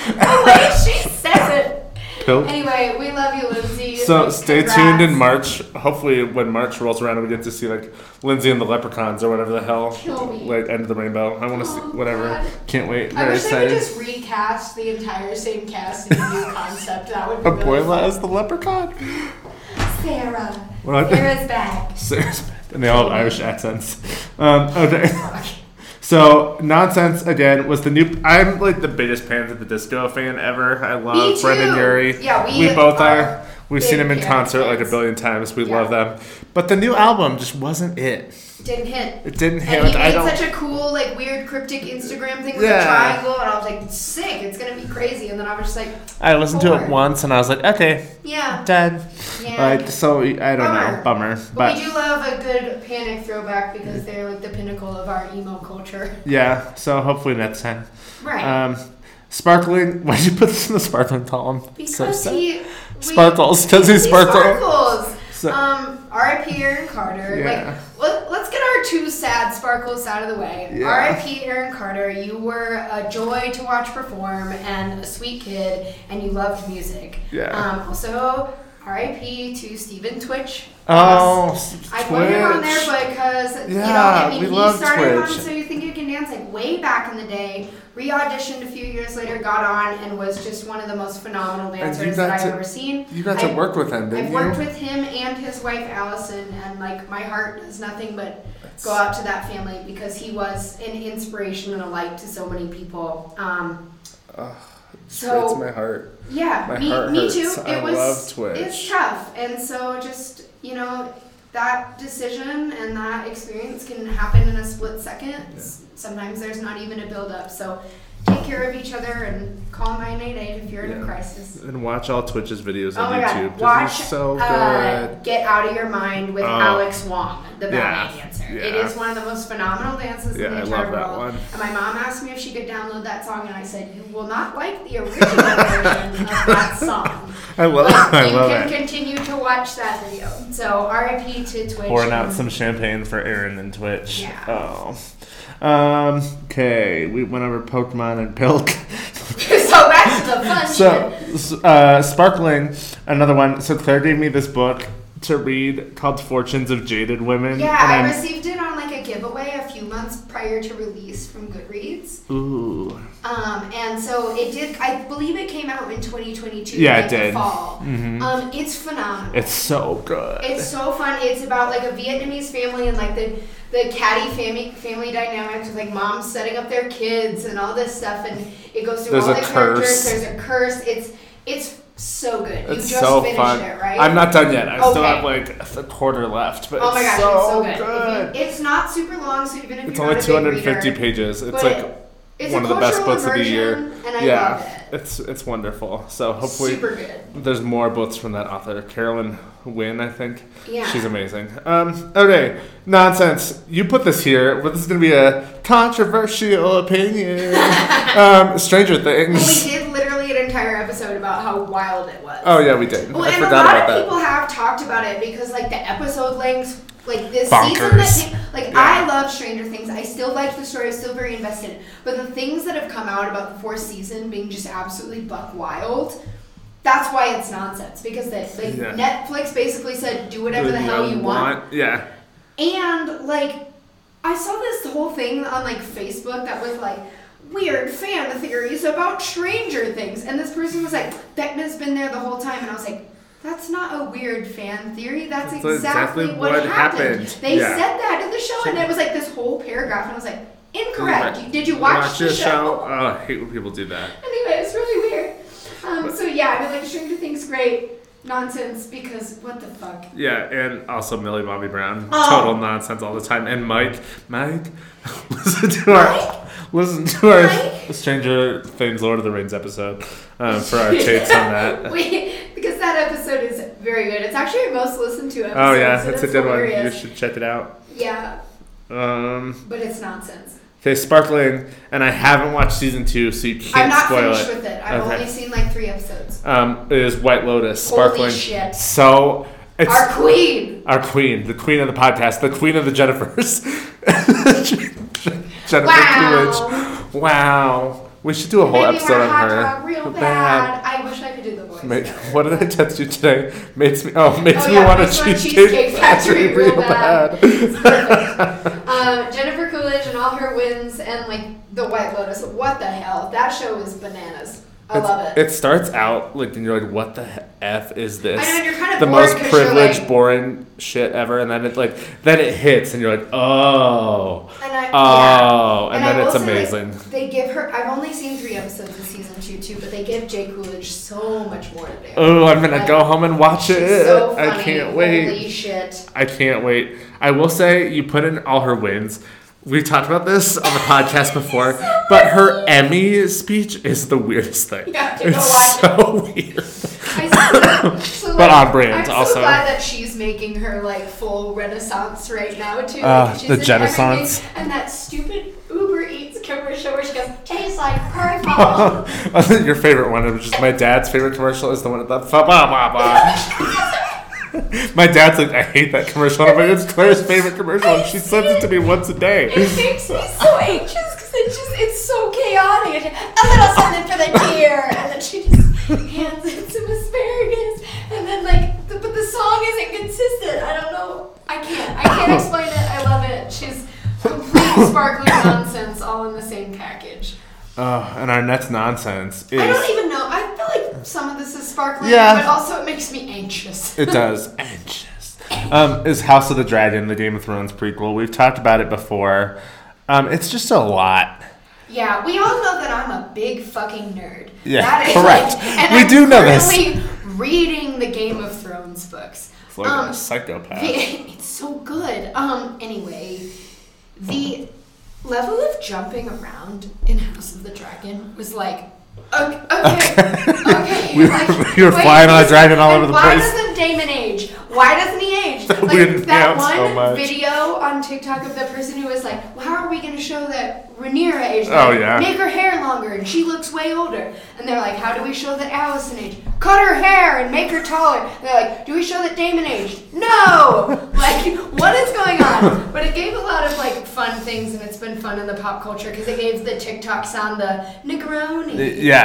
[SPEAKER 1] The way she says it.
[SPEAKER 2] Milk.
[SPEAKER 1] Anyway, we love you, Lindsay.
[SPEAKER 2] So
[SPEAKER 1] Like,
[SPEAKER 2] stay
[SPEAKER 1] congrats.
[SPEAKER 2] tuned in March. Hopefully, when March rolls around, we get to see like Lindsay and the Leprechauns or whatever the hell,
[SPEAKER 1] Kill me.
[SPEAKER 2] like End of the Rainbow. I want to see
[SPEAKER 1] Oh,
[SPEAKER 2] whatever.
[SPEAKER 1] God.
[SPEAKER 2] Can't wait.
[SPEAKER 1] I
[SPEAKER 2] Very
[SPEAKER 1] wish they would
[SPEAKER 2] excited.
[SPEAKER 1] just recast the entire same cast in a new
[SPEAKER 2] [LAUGHS]
[SPEAKER 1] concept. That would be really
[SPEAKER 2] Abuela
[SPEAKER 1] fun.
[SPEAKER 2] as the leprechaun. [LAUGHS]
[SPEAKER 1] Sarah.
[SPEAKER 2] What?
[SPEAKER 1] Sarah's
[SPEAKER 2] [LAUGHS]
[SPEAKER 1] back.
[SPEAKER 2] Serious- and they all have Irish accents. Um, okay. [LAUGHS] So nonsense again was the new. I'm like the biggest Pans at the Disco fan ever. I love
[SPEAKER 1] too.
[SPEAKER 2] Brendan Urie.
[SPEAKER 1] Yeah, we
[SPEAKER 2] both
[SPEAKER 1] are
[SPEAKER 2] are. We've seen
[SPEAKER 1] big
[SPEAKER 2] him in
[SPEAKER 1] Pans
[SPEAKER 2] concert like a
[SPEAKER 1] fans.
[SPEAKER 2] billion times. We
[SPEAKER 1] Yeah.
[SPEAKER 2] love them, but the new album just wasn't it.
[SPEAKER 1] Didn't hit.
[SPEAKER 2] It didn't hit.
[SPEAKER 1] And he
[SPEAKER 2] I
[SPEAKER 1] made
[SPEAKER 2] don't.
[SPEAKER 1] such a cool, like, weird cryptic Instagram thing with
[SPEAKER 2] Yeah.
[SPEAKER 1] a triangle, and I was like, sick, it's gonna be crazy. And then I was just like,
[SPEAKER 2] I listened to it
[SPEAKER 1] Four.
[SPEAKER 2] once and I was like, okay,
[SPEAKER 1] yeah.
[SPEAKER 2] dead.
[SPEAKER 1] Yeah.
[SPEAKER 2] Like so, I don't know.
[SPEAKER 1] Bummer.
[SPEAKER 2] Bummer,
[SPEAKER 1] But
[SPEAKER 2] but
[SPEAKER 1] we do love a good panic throwback because they're like the pinnacle of our emo culture. [LAUGHS]
[SPEAKER 2] yeah. So hopefully next time.
[SPEAKER 1] Right.
[SPEAKER 2] Um, sparkling. [LAUGHS] Why'd you put this in the sparkling column? So
[SPEAKER 1] because
[SPEAKER 2] sad.
[SPEAKER 1] he. we-
[SPEAKER 2] Sparkles, because he
[SPEAKER 1] He
[SPEAKER 2] sparkled.
[SPEAKER 1] sparkles.
[SPEAKER 2] So-
[SPEAKER 1] um, R.I.P. Aaron Carter.
[SPEAKER 2] Yeah.
[SPEAKER 1] Like, let, let's get our two sad sparkles out of the way.
[SPEAKER 2] Yeah.
[SPEAKER 1] R.I.P. Aaron Carter. You were a joy to watch perform and a sweet kid, and you loved music.
[SPEAKER 2] Yeah.
[SPEAKER 1] Um, also, R.I.P. to Stephen Twitch.
[SPEAKER 2] Oh,
[SPEAKER 1] I put him on there
[SPEAKER 2] Twitch.
[SPEAKER 1] because
[SPEAKER 2] Yeah,
[SPEAKER 1] you know, I
[SPEAKER 2] we
[SPEAKER 1] mean,
[SPEAKER 2] love
[SPEAKER 1] he started
[SPEAKER 2] Twitch.
[SPEAKER 1] on So You Think You Can Dance like way back in the day. Re-auditioned a few years later, got on, and was just one of the most phenomenal dance
[SPEAKER 2] you
[SPEAKER 1] artists
[SPEAKER 2] got
[SPEAKER 1] that I've
[SPEAKER 2] to-
[SPEAKER 1] ever seen.
[SPEAKER 2] You got to
[SPEAKER 1] I-
[SPEAKER 2] work with him, didn't
[SPEAKER 1] I've
[SPEAKER 2] you?
[SPEAKER 1] worked with him and his wife Allison, and like my heart does nothing but go out to that family because he was an inspiration and a light to so many people. Um, so-
[SPEAKER 2] It's my heart.
[SPEAKER 1] yeah,
[SPEAKER 2] My
[SPEAKER 1] me,
[SPEAKER 2] heart
[SPEAKER 1] me
[SPEAKER 2] hurts.
[SPEAKER 1] too. It
[SPEAKER 2] I
[SPEAKER 1] was
[SPEAKER 2] love Twitch.
[SPEAKER 1] it's tough, and so just you know that decision and that experience can happen in a split second. S- Sometimes there's not even a build up. So take care of each other and call 988 if you're in
[SPEAKER 2] Yeah.
[SPEAKER 1] a crisis.
[SPEAKER 2] And watch all Twitch's videos
[SPEAKER 1] Oh
[SPEAKER 2] on
[SPEAKER 1] my god!
[SPEAKER 2] YouTube. 'cause
[SPEAKER 1] Watch
[SPEAKER 2] he's so
[SPEAKER 1] uh,
[SPEAKER 2] good.
[SPEAKER 1] "Get Out of Your Mind" with
[SPEAKER 2] Oh.
[SPEAKER 1] Alex Wong, the ballet
[SPEAKER 2] Yeah.
[SPEAKER 1] dancer. It
[SPEAKER 2] Yeah.
[SPEAKER 1] is one of the most phenomenal dances
[SPEAKER 2] Yeah,
[SPEAKER 1] in the
[SPEAKER 2] I
[SPEAKER 1] entire
[SPEAKER 2] love that
[SPEAKER 1] world.
[SPEAKER 2] one.
[SPEAKER 1] And my mom asked me if she could download that song, and I said, "You will not like the original [LAUGHS] version of that song."
[SPEAKER 2] I love.
[SPEAKER 1] But
[SPEAKER 2] I
[SPEAKER 1] you
[SPEAKER 2] love
[SPEAKER 1] can
[SPEAKER 2] it. [LAUGHS]
[SPEAKER 1] continue to watch that video. So R.I.P. to Twitch.
[SPEAKER 2] Pouring out some champagne for Aaron and Twitch.
[SPEAKER 1] Yeah.
[SPEAKER 2] Oh. Um. Okay. We went over Pokemon and Pilk.
[SPEAKER 1] [LAUGHS]
[SPEAKER 2] [LAUGHS]
[SPEAKER 1] so back to the fun
[SPEAKER 2] So,
[SPEAKER 1] shit.
[SPEAKER 2] s- uh, Sparkling, another one. So Claire gave me this book to read called Fortunes of Jaded Women.
[SPEAKER 1] Yeah,
[SPEAKER 2] and
[SPEAKER 1] I
[SPEAKER 2] I'm-
[SPEAKER 1] received it on like a giveaway a few months prior to release from Goodreads.
[SPEAKER 2] Ooh.
[SPEAKER 1] Um, and so it did. I believe it came out in 2022.
[SPEAKER 2] Yeah,
[SPEAKER 1] like
[SPEAKER 2] it
[SPEAKER 1] the
[SPEAKER 2] did. Mm-hmm.
[SPEAKER 1] Fall. Um, it's phenomenal.
[SPEAKER 2] It's so good.
[SPEAKER 1] It's so fun. It's about like a Vietnamese family and like the the catty family family dynamics with like moms setting up their kids and all this stuff. And it goes through
[SPEAKER 2] There's
[SPEAKER 1] all
[SPEAKER 2] a
[SPEAKER 1] the characters.
[SPEAKER 2] curse.
[SPEAKER 1] There's a curse. It's it's so good.
[SPEAKER 2] It's
[SPEAKER 1] you just
[SPEAKER 2] so
[SPEAKER 1] finished
[SPEAKER 2] fun.
[SPEAKER 1] it, right?
[SPEAKER 2] I'm not done yet. I still
[SPEAKER 1] Okay.
[SPEAKER 2] have like a quarter left, but
[SPEAKER 1] Oh
[SPEAKER 2] it's,
[SPEAKER 1] my gosh,
[SPEAKER 2] so
[SPEAKER 1] it's so good. If you- it's not super long, so even if
[SPEAKER 2] It's
[SPEAKER 1] you're
[SPEAKER 2] only
[SPEAKER 1] not a big
[SPEAKER 2] 250
[SPEAKER 1] reader,
[SPEAKER 2] pages. It's
[SPEAKER 1] but
[SPEAKER 2] like
[SPEAKER 1] it- it's
[SPEAKER 2] one
[SPEAKER 1] a
[SPEAKER 2] of the best
[SPEAKER 1] cultural
[SPEAKER 2] books of the year.
[SPEAKER 1] immersion, And I
[SPEAKER 2] yeah,
[SPEAKER 1] love it.
[SPEAKER 2] it's it's wonderful. So hopefully
[SPEAKER 1] Super good.
[SPEAKER 2] there's more books from that author, Carolyn Wynn, I think.
[SPEAKER 1] Yeah.
[SPEAKER 2] She's amazing. Um, okay, nonsense. You put this here. Well, this is gonna be a
[SPEAKER 1] [LAUGHS]
[SPEAKER 2] controversial opinion. um, Stranger
[SPEAKER 1] Well,
[SPEAKER 2] [LAUGHS]
[SPEAKER 1] we
[SPEAKER 2] Things.
[SPEAKER 1] did literally an entire episode about how wild it was.
[SPEAKER 2] Oh yeah, we did.
[SPEAKER 1] well,
[SPEAKER 2] I
[SPEAKER 1] and a
[SPEAKER 2] forgot
[SPEAKER 1] lot
[SPEAKER 2] about
[SPEAKER 1] of
[SPEAKER 2] that.
[SPEAKER 1] people have talked about it because like the episode lengths, like this
[SPEAKER 2] Bonkers.
[SPEAKER 1] season that like
[SPEAKER 2] Yeah.
[SPEAKER 1] I love Stranger Things. I still like the story. I'm still very invested. But the things that have come out about the fourth season being just absolutely buck wild. That's why it's nonsense because they, like
[SPEAKER 2] Yeah.
[SPEAKER 1] Netflix basically said do whatever the hell you want.
[SPEAKER 2] Yeah.
[SPEAKER 1] And like, I saw this whole thing on like Facebook that was like weird fan theories about Stranger Things, and this person was like, Beckman's been there the whole time, and I was like. That's not a weird fan theory. That's
[SPEAKER 2] That's
[SPEAKER 1] exactly,
[SPEAKER 2] exactly
[SPEAKER 1] what,
[SPEAKER 2] what
[SPEAKER 1] happened.
[SPEAKER 2] happened.
[SPEAKER 1] They
[SPEAKER 2] Yeah.
[SPEAKER 1] said that in the show, and it was like this whole paragraph, and I was like, incorrect. You- Did you watch, the
[SPEAKER 2] this
[SPEAKER 1] show?
[SPEAKER 2] Oh, I hate when people do that.
[SPEAKER 1] Anyway, it's really weird. Um, so yeah, I mean, like Stranger Things, great nonsense because what the fuck?
[SPEAKER 2] Yeah, and also Millie Bobby Brown,
[SPEAKER 1] Oh.
[SPEAKER 2] total nonsense all the time. And Mike, Mike, [LAUGHS] listen to our listen to our
[SPEAKER 1] Mike?
[SPEAKER 2] Stranger Things Lord of the Rings episode um, for our takes on
[SPEAKER 1] [LAUGHS]
[SPEAKER 2] that.
[SPEAKER 1] Wait, because that episode is very good. It's actually our most listened to episode.
[SPEAKER 2] Oh yeah,
[SPEAKER 1] so
[SPEAKER 2] that's a good one. You
[SPEAKER 1] hilarious.
[SPEAKER 2] should check it out.
[SPEAKER 1] Yeah,
[SPEAKER 2] Um,
[SPEAKER 1] but it's nonsense.
[SPEAKER 2] okay, sparkling, and I haven't watched season two, so you can't
[SPEAKER 1] I'm not
[SPEAKER 2] spoil
[SPEAKER 1] finished
[SPEAKER 2] it.
[SPEAKER 1] with it. I've
[SPEAKER 2] Okay.
[SPEAKER 1] only seen like three episodes.
[SPEAKER 2] Um, it is White Lotus,
[SPEAKER 1] Holy
[SPEAKER 2] sparkling.
[SPEAKER 1] shit!
[SPEAKER 2] So it's
[SPEAKER 1] Our queen.
[SPEAKER 2] Our queen, the queen of the podcast, the queen of the Jennifers. [LAUGHS] Jennifer
[SPEAKER 1] Wow.
[SPEAKER 2] Coolidge. Wow. We should do a whole
[SPEAKER 1] Maybe
[SPEAKER 2] episode
[SPEAKER 1] we're a
[SPEAKER 2] on
[SPEAKER 1] hot
[SPEAKER 2] her.
[SPEAKER 1] dog real bad. I wish I could do the voice.
[SPEAKER 2] Ma- what did I text you today? Makes me oh makes
[SPEAKER 1] Oh,
[SPEAKER 2] me
[SPEAKER 1] yeah,
[SPEAKER 2] want
[SPEAKER 1] makes
[SPEAKER 2] a
[SPEAKER 1] me want
[SPEAKER 2] cheesecake,
[SPEAKER 1] Cheesecake
[SPEAKER 2] factory,
[SPEAKER 1] Factory
[SPEAKER 2] real
[SPEAKER 1] real bad.
[SPEAKER 2] bad.
[SPEAKER 1] Um, Jennifer Coolidge and all her wins and like the White Lotus. What the hell? That show is bananas. I
[SPEAKER 2] It's-
[SPEAKER 1] love it.
[SPEAKER 2] It starts out like and you're like, what the he- f is this?
[SPEAKER 1] I know, and you're kind of
[SPEAKER 2] the
[SPEAKER 1] bored
[SPEAKER 2] most
[SPEAKER 1] 'cause you're
[SPEAKER 2] privileged,
[SPEAKER 1] like-
[SPEAKER 2] boring shit ever, and then it like then it hits, and you're like, oh,
[SPEAKER 1] And I,
[SPEAKER 2] oh,
[SPEAKER 1] yeah.
[SPEAKER 2] and, then
[SPEAKER 1] I
[SPEAKER 2] it's
[SPEAKER 1] will say, like,
[SPEAKER 2] amazing.
[SPEAKER 1] they give her. I've only seen three episodes of season two, too, but they give Jay Coolidge so much more to do.
[SPEAKER 2] Oh, I'm gonna
[SPEAKER 1] Like,
[SPEAKER 2] go home and watch
[SPEAKER 1] She's
[SPEAKER 2] it.
[SPEAKER 1] so funny.
[SPEAKER 2] I can't wait.
[SPEAKER 1] Holy [LAUGHS] shit!
[SPEAKER 2] I can't wait. I will say you put in all her wins. We talked about this on the podcast
[SPEAKER 1] [LAUGHS]
[SPEAKER 2] before, but her Emmy speech is the weirdest thing.
[SPEAKER 1] You have to go
[SPEAKER 2] it's so weird. [LAUGHS]
[SPEAKER 1] I, so,
[SPEAKER 2] But
[SPEAKER 1] like,
[SPEAKER 2] on brand,
[SPEAKER 1] I'm so
[SPEAKER 2] also.
[SPEAKER 1] glad that she's making her like full renaissance right now too.
[SPEAKER 2] Ah,
[SPEAKER 1] Like, she's
[SPEAKER 2] the
[SPEAKER 1] in
[SPEAKER 2] Genaissance.
[SPEAKER 1] everything, And that stupid Uber Eats commercial where she goes, "Tastes
[SPEAKER 2] [LAUGHS]
[SPEAKER 1] like purple."
[SPEAKER 2] Your favorite one, which is my dad's favorite commercial, is the one at the fa- ba- ba-
[SPEAKER 1] [LAUGHS]
[SPEAKER 2] ba. My dad's like, I hate that commercial. I'm like, it's Claire's favorite commercial, and she sends it to me once a day.
[SPEAKER 1] [LAUGHS] It makes me so anxious because it just it's so chaotic. A little something for the deer, and then she just hands it some asparagus, and then like, the, but the song isn't consistent. I don't know. I can't. I can't explain it. I love it. She's complete sparkling nonsense all in the same package.
[SPEAKER 2] Oh, and our next nonsense is.
[SPEAKER 1] I don't even know. I feel like some of this is sparkling,
[SPEAKER 2] Yeah.
[SPEAKER 1] but also it makes me anxious.
[SPEAKER 2] It does. Anxious. Um, is House of the Dragon, the Game of Thrones prequel. We've talked about it before. Um, it's just a lot.
[SPEAKER 1] Yeah, we all know that I'm a big fucking nerd.
[SPEAKER 2] Yeah,
[SPEAKER 1] That is
[SPEAKER 2] correct.
[SPEAKER 1] like- and
[SPEAKER 2] We
[SPEAKER 1] I'm
[SPEAKER 2] do know this.
[SPEAKER 1] currently Reading the Game of Thrones books.
[SPEAKER 2] It's like
[SPEAKER 1] um,
[SPEAKER 2] a psychopath.
[SPEAKER 1] the- [LAUGHS] it's so good. Um, anyway, the level of jumping around in House of the Dragon was like.
[SPEAKER 2] [LAUGHS]
[SPEAKER 1] Okay. Okay. okay.
[SPEAKER 2] We were- we were flying on a
[SPEAKER 1] this-
[SPEAKER 2] dragon all over
[SPEAKER 1] and
[SPEAKER 2] the
[SPEAKER 1] why
[SPEAKER 2] place.
[SPEAKER 1] doesn't Damon age? Why doesn't he
[SPEAKER 2] [LAUGHS]
[SPEAKER 1] age? Like,
[SPEAKER 2] weirded me
[SPEAKER 1] that
[SPEAKER 2] out so
[SPEAKER 1] one
[SPEAKER 2] much.
[SPEAKER 1] video on TikTok of the person who was like, well, "How are we going to show that Rhaenyra aged?
[SPEAKER 2] Oh,
[SPEAKER 1] Like,
[SPEAKER 2] yeah.
[SPEAKER 1] make her hair longer, and she looks way older." And they're like, "How do we show that Allison aged? Cut her hair and make her taller." And they're like, "Do we show that Damon aged? No!" [LAUGHS] like, what is going on? But it gave a lot of like fun things, and it's been fun in the pop culture because it gave the TikTok sound the Negroni.
[SPEAKER 2] Yeah.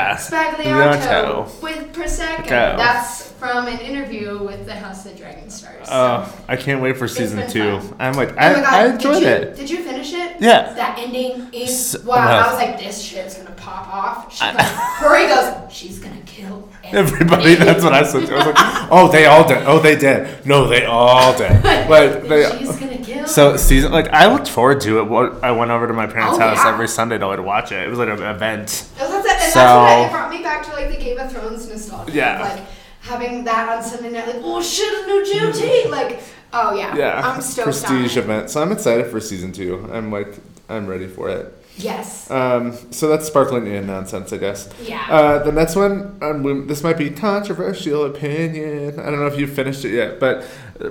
[SPEAKER 1] Spagliato with Prosecco.
[SPEAKER 2] Go.
[SPEAKER 1] That's from an interview with the House of the Dragon Stars.
[SPEAKER 2] Oh, I can't wait for season
[SPEAKER 1] been
[SPEAKER 2] two.
[SPEAKER 1] fun.
[SPEAKER 2] I'm like,
[SPEAKER 1] Oh
[SPEAKER 2] I,
[SPEAKER 1] my God,
[SPEAKER 2] I
[SPEAKER 1] did
[SPEAKER 2] enjoyed
[SPEAKER 1] you-
[SPEAKER 2] it.
[SPEAKER 1] Did you finish it?
[SPEAKER 2] Yeah.
[SPEAKER 1] That ending is
[SPEAKER 2] So-
[SPEAKER 1] wow.
[SPEAKER 2] wow.
[SPEAKER 1] I was like, this shit's gonna pop off. She goes,
[SPEAKER 2] [LAUGHS]
[SPEAKER 1] Hurry goes, she's gonna kill [LAUGHS]
[SPEAKER 2] Everybody, that's what I said. I was like, oh, they all did. Oh, they did. No, they
[SPEAKER 1] [LAUGHS]
[SPEAKER 2] all did. Like, they.
[SPEAKER 1] she's gonna kill.
[SPEAKER 2] So season like I looked forward to it. What I went over to my parents'
[SPEAKER 1] Oh,
[SPEAKER 2] house
[SPEAKER 1] yeah.
[SPEAKER 2] every Sunday to like watch it. It was like an event.
[SPEAKER 1] That's, that's, and that's what I,
[SPEAKER 2] So-
[SPEAKER 1] it brought me back to like the Game of Thrones nostalgia.
[SPEAKER 2] Yeah.
[SPEAKER 1] Like having that on Sunday night, like oh shit, a new duty. Like oh yeah,
[SPEAKER 2] Yeah, [LAUGHS]
[SPEAKER 1] I'm stoked
[SPEAKER 2] prestige
[SPEAKER 1] on it.
[SPEAKER 2] event. So I'm excited for season two. I'm like, I'm ready for it.
[SPEAKER 1] Yes.
[SPEAKER 2] Um, so that's sparkling and nonsense, I guess.
[SPEAKER 1] Yeah.
[SPEAKER 2] Uh, the next one, um, we- this might be controversial opinion. I don't know if you finished it yet, but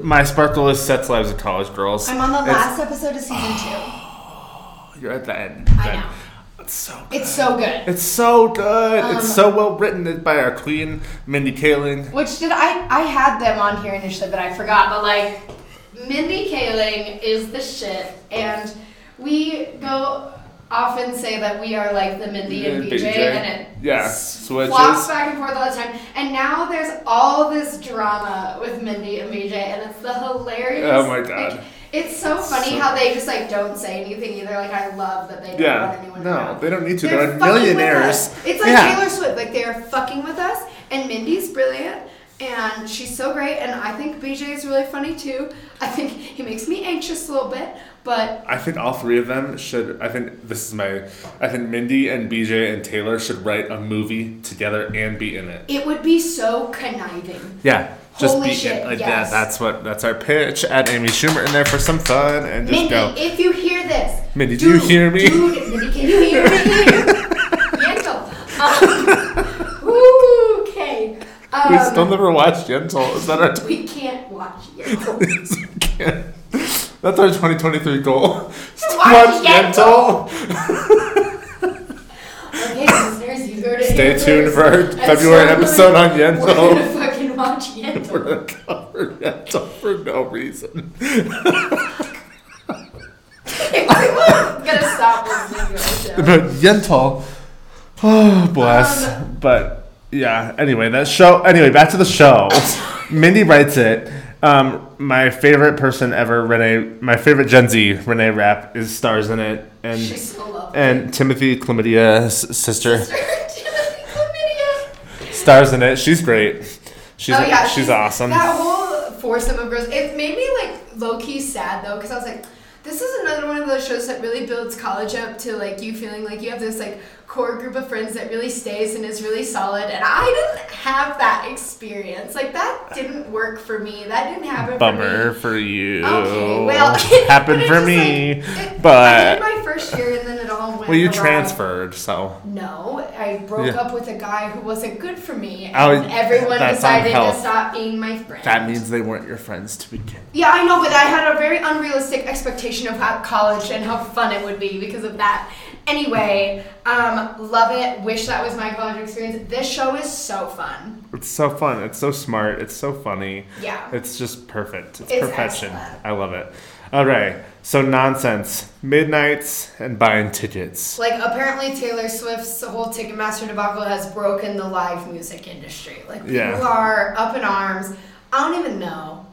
[SPEAKER 2] my sparkle is sets lives of college girls.
[SPEAKER 1] I'm on the
[SPEAKER 2] It's-
[SPEAKER 1] last episode of season two.
[SPEAKER 2] You're at the end.
[SPEAKER 1] I
[SPEAKER 2] Ben.
[SPEAKER 1] know.
[SPEAKER 2] It's so.
[SPEAKER 1] It's so good.
[SPEAKER 2] It's so good.
[SPEAKER 1] Um,
[SPEAKER 2] it's so well written It's by our queen, Mindy Kaling.
[SPEAKER 1] Which did I I had them on here initially, but I forgot. But like, Mindy Kaling is the shit, and we go often say that we are like the Mindy and,
[SPEAKER 2] And
[SPEAKER 1] BJ,
[SPEAKER 2] BJ.
[SPEAKER 1] and it
[SPEAKER 2] Yeah,
[SPEAKER 1] s-
[SPEAKER 2] switches.
[SPEAKER 1] flops back and forth all the time. And now there's all this drama with Mindy and BJ, and it's the hilarious.
[SPEAKER 2] Oh my
[SPEAKER 1] like,
[SPEAKER 2] God.
[SPEAKER 1] it's so funny
[SPEAKER 2] So-
[SPEAKER 1] how they just like don't say anything either. Like I love that they don't want
[SPEAKER 2] Yeah.
[SPEAKER 1] anyone to know.
[SPEAKER 2] No, they don't need to. They're,
[SPEAKER 1] fucking with
[SPEAKER 2] millionaires.
[SPEAKER 1] us. It's like
[SPEAKER 2] Yeah.
[SPEAKER 1] Taylor Swift. Like they are fucking with us. And Mindy's brilliant. And she's so great. And I think BJ is really funny too. I think he makes me anxious a little bit. But
[SPEAKER 2] I think all three of them should. I think this is my. I think Mindy and BJ and Taylor should write a movie together and be in it.
[SPEAKER 1] it would be so conniving.
[SPEAKER 2] Yeah,
[SPEAKER 1] Holy
[SPEAKER 2] be
[SPEAKER 1] shit,
[SPEAKER 2] in. Like,
[SPEAKER 1] yes.
[SPEAKER 2] Yeah, that's what. That's our pitch. Add Amy Schumer in there for some fun and just
[SPEAKER 1] Mindy,
[SPEAKER 2] go.
[SPEAKER 1] if you hear this.
[SPEAKER 2] Mindy, do you
[SPEAKER 1] dude,
[SPEAKER 2] hear me?
[SPEAKER 1] Dude, Mindy, can you hear
[SPEAKER 2] [LAUGHS]
[SPEAKER 1] me? Gentle. Um, [LAUGHS] ooh, okay. Um,
[SPEAKER 2] we still never watched Gentle. Is that our?
[SPEAKER 1] we can't watch you.
[SPEAKER 2] [LAUGHS] that's our 2023 goal. [LAUGHS]
[SPEAKER 1] To
[SPEAKER 2] Watch
[SPEAKER 1] watch Gentle.
[SPEAKER 2] Gentle.
[SPEAKER 1] Okay, listeners, you heard it.
[SPEAKER 2] Stay
[SPEAKER 1] here first.
[SPEAKER 2] tuned for our
[SPEAKER 1] And
[SPEAKER 2] February
[SPEAKER 1] so
[SPEAKER 2] episode on
[SPEAKER 1] We're gonna
[SPEAKER 2] Gentle.
[SPEAKER 1] fucking watch Yentl.
[SPEAKER 2] We're gonna [LAUGHS] cover Gentle for no reason.
[SPEAKER 1] I'm gonna stop listening to the show.
[SPEAKER 2] [LAUGHS] But Yentl. Oh, bless.
[SPEAKER 1] Um,
[SPEAKER 2] but yeah, anyway, that show. Anyway, back to
[SPEAKER 1] [LAUGHS]
[SPEAKER 2] the show. Mindy writes it. Um, my favorite person ever, Renee, my favorite Gen Z, Renee Rapp, is stars in it. And
[SPEAKER 1] She's so lovely.
[SPEAKER 2] and Timothy Chlamydia's sister
[SPEAKER 1] Sister Timothy Chlamydia.
[SPEAKER 2] stars in it. She's great. She's,
[SPEAKER 1] oh yeah,
[SPEAKER 2] she's, awesome.
[SPEAKER 1] That whole foursome of girls. It made me like low key sad though, because I was like, this is another one of those shows that really builds college up to like you feeling like you have this like core group of friends that really stays and is really solid. And I didn't have that experience. Like that didn't work for me. That didn't happen. For me.
[SPEAKER 2] Bummer for you.
[SPEAKER 1] Okay, well, [LAUGHS]
[SPEAKER 2] happened
[SPEAKER 1] but
[SPEAKER 2] for
[SPEAKER 1] it's
[SPEAKER 2] me,
[SPEAKER 1] just, like, it- I
[SPEAKER 2] but
[SPEAKER 1] did my first year, and then it all went.
[SPEAKER 2] well, you
[SPEAKER 1] awry.
[SPEAKER 2] transferred, so
[SPEAKER 1] No, I broke
[SPEAKER 2] Yeah.
[SPEAKER 1] up with a guy who wasn't good for me, and
[SPEAKER 2] Oh,
[SPEAKER 1] everyone
[SPEAKER 2] that's
[SPEAKER 1] decided to
[SPEAKER 2] unhealthy.
[SPEAKER 1] stop being my friend.
[SPEAKER 2] that means they weren't your friends to begin.
[SPEAKER 1] Yeah, I know, but I had a very unrealistic expectation of how college and how fun it would be because of that. Anyway, um, love it. Wish that was my college experience. This show is so fun.
[SPEAKER 2] It's so fun. It's so smart. It's so funny.
[SPEAKER 1] Yeah.
[SPEAKER 2] It's just perfect. It's,
[SPEAKER 1] It's
[SPEAKER 2] perfection.
[SPEAKER 1] excellent.
[SPEAKER 2] I love it. All right. So nonsense, midnights, and buying tickets.
[SPEAKER 1] Like apparently Taylor Swift's whole Ticketmaster debacle has broken the live music industry. Like people
[SPEAKER 2] Yeah.
[SPEAKER 1] are up in arms. I don't even know.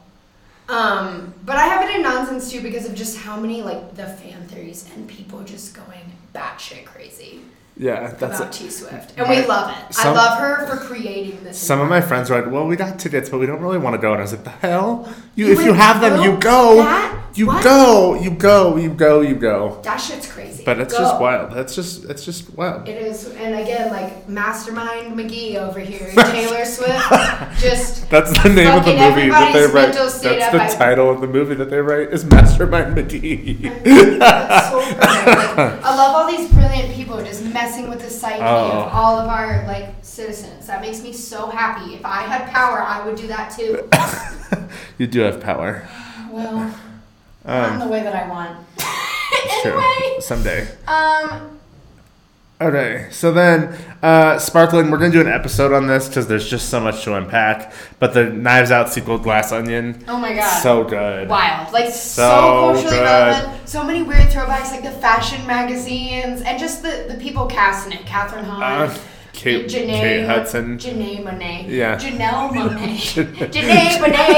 [SPEAKER 1] Um, but I have it in nonsense too because of just how many like the fan theories and people just going batshit crazy
[SPEAKER 2] Yeah, that's
[SPEAKER 1] about
[SPEAKER 2] it.
[SPEAKER 1] T Swift, and we
[SPEAKER 2] My-
[SPEAKER 1] love it. I
[SPEAKER 2] some-
[SPEAKER 1] love her for creating this.
[SPEAKER 2] Some of my friends were like, "Well, we got tickets, but we don't really want to go." And I was like, "The hell! You,
[SPEAKER 1] You
[SPEAKER 2] if you
[SPEAKER 1] went
[SPEAKER 2] have them,
[SPEAKER 1] through
[SPEAKER 2] you go.
[SPEAKER 1] that?
[SPEAKER 2] You
[SPEAKER 1] What?
[SPEAKER 2] go. You go. You go. You go."
[SPEAKER 1] that shit's crazy.
[SPEAKER 2] But it's
[SPEAKER 1] Go.
[SPEAKER 2] just wild. That's just that's just wild.
[SPEAKER 1] It is, and again, like Mastermind McGee over here, Taylor
[SPEAKER 2] [LAUGHS]
[SPEAKER 1] Swift, just
[SPEAKER 2] That's the name of the
[SPEAKER 1] Fucking
[SPEAKER 2] movie that they
[SPEAKER 1] everybody's
[SPEAKER 2] write.
[SPEAKER 1] mental
[SPEAKER 2] That's
[SPEAKER 1] state
[SPEAKER 2] the
[SPEAKER 1] up by-
[SPEAKER 2] title of the movie that they write is
[SPEAKER 1] [LAUGHS]
[SPEAKER 2] Mastermind McGee.
[SPEAKER 1] That's so perfect. Like, I love all these brilliant people just messing with the psyche
[SPEAKER 2] Oh.
[SPEAKER 1] of all of our like citizens. That makes me so happy. If I had power, I would do that
[SPEAKER 2] [COUGHS]
[SPEAKER 1] too.
[SPEAKER 2] you do have power.
[SPEAKER 1] Well, not in
[SPEAKER 2] Um,
[SPEAKER 1] the way that I want.
[SPEAKER 2] it's
[SPEAKER 1] [LAUGHS]
[SPEAKER 2] true.
[SPEAKER 1] anyway,
[SPEAKER 2] Someday.
[SPEAKER 1] um,
[SPEAKER 2] Okay, so then uh, Sparkling, we're gonna do an episode on this because there's just so much to unpack. But the Knives Out sequel, Glass Onion,
[SPEAKER 1] oh my god,
[SPEAKER 2] so good.
[SPEAKER 1] wild, like so,
[SPEAKER 2] So
[SPEAKER 1] culturally
[SPEAKER 2] good.
[SPEAKER 1] relevant. So many weird throwbacks, like the fashion magazines and just the the people casting it. Catherine Hahn.
[SPEAKER 2] Uh, Kate,
[SPEAKER 1] Janae,
[SPEAKER 2] Kate Hudson.
[SPEAKER 1] Janae Monet.
[SPEAKER 2] Yeah. [LAUGHS]
[SPEAKER 1] Janelle Monet. Janae Monet.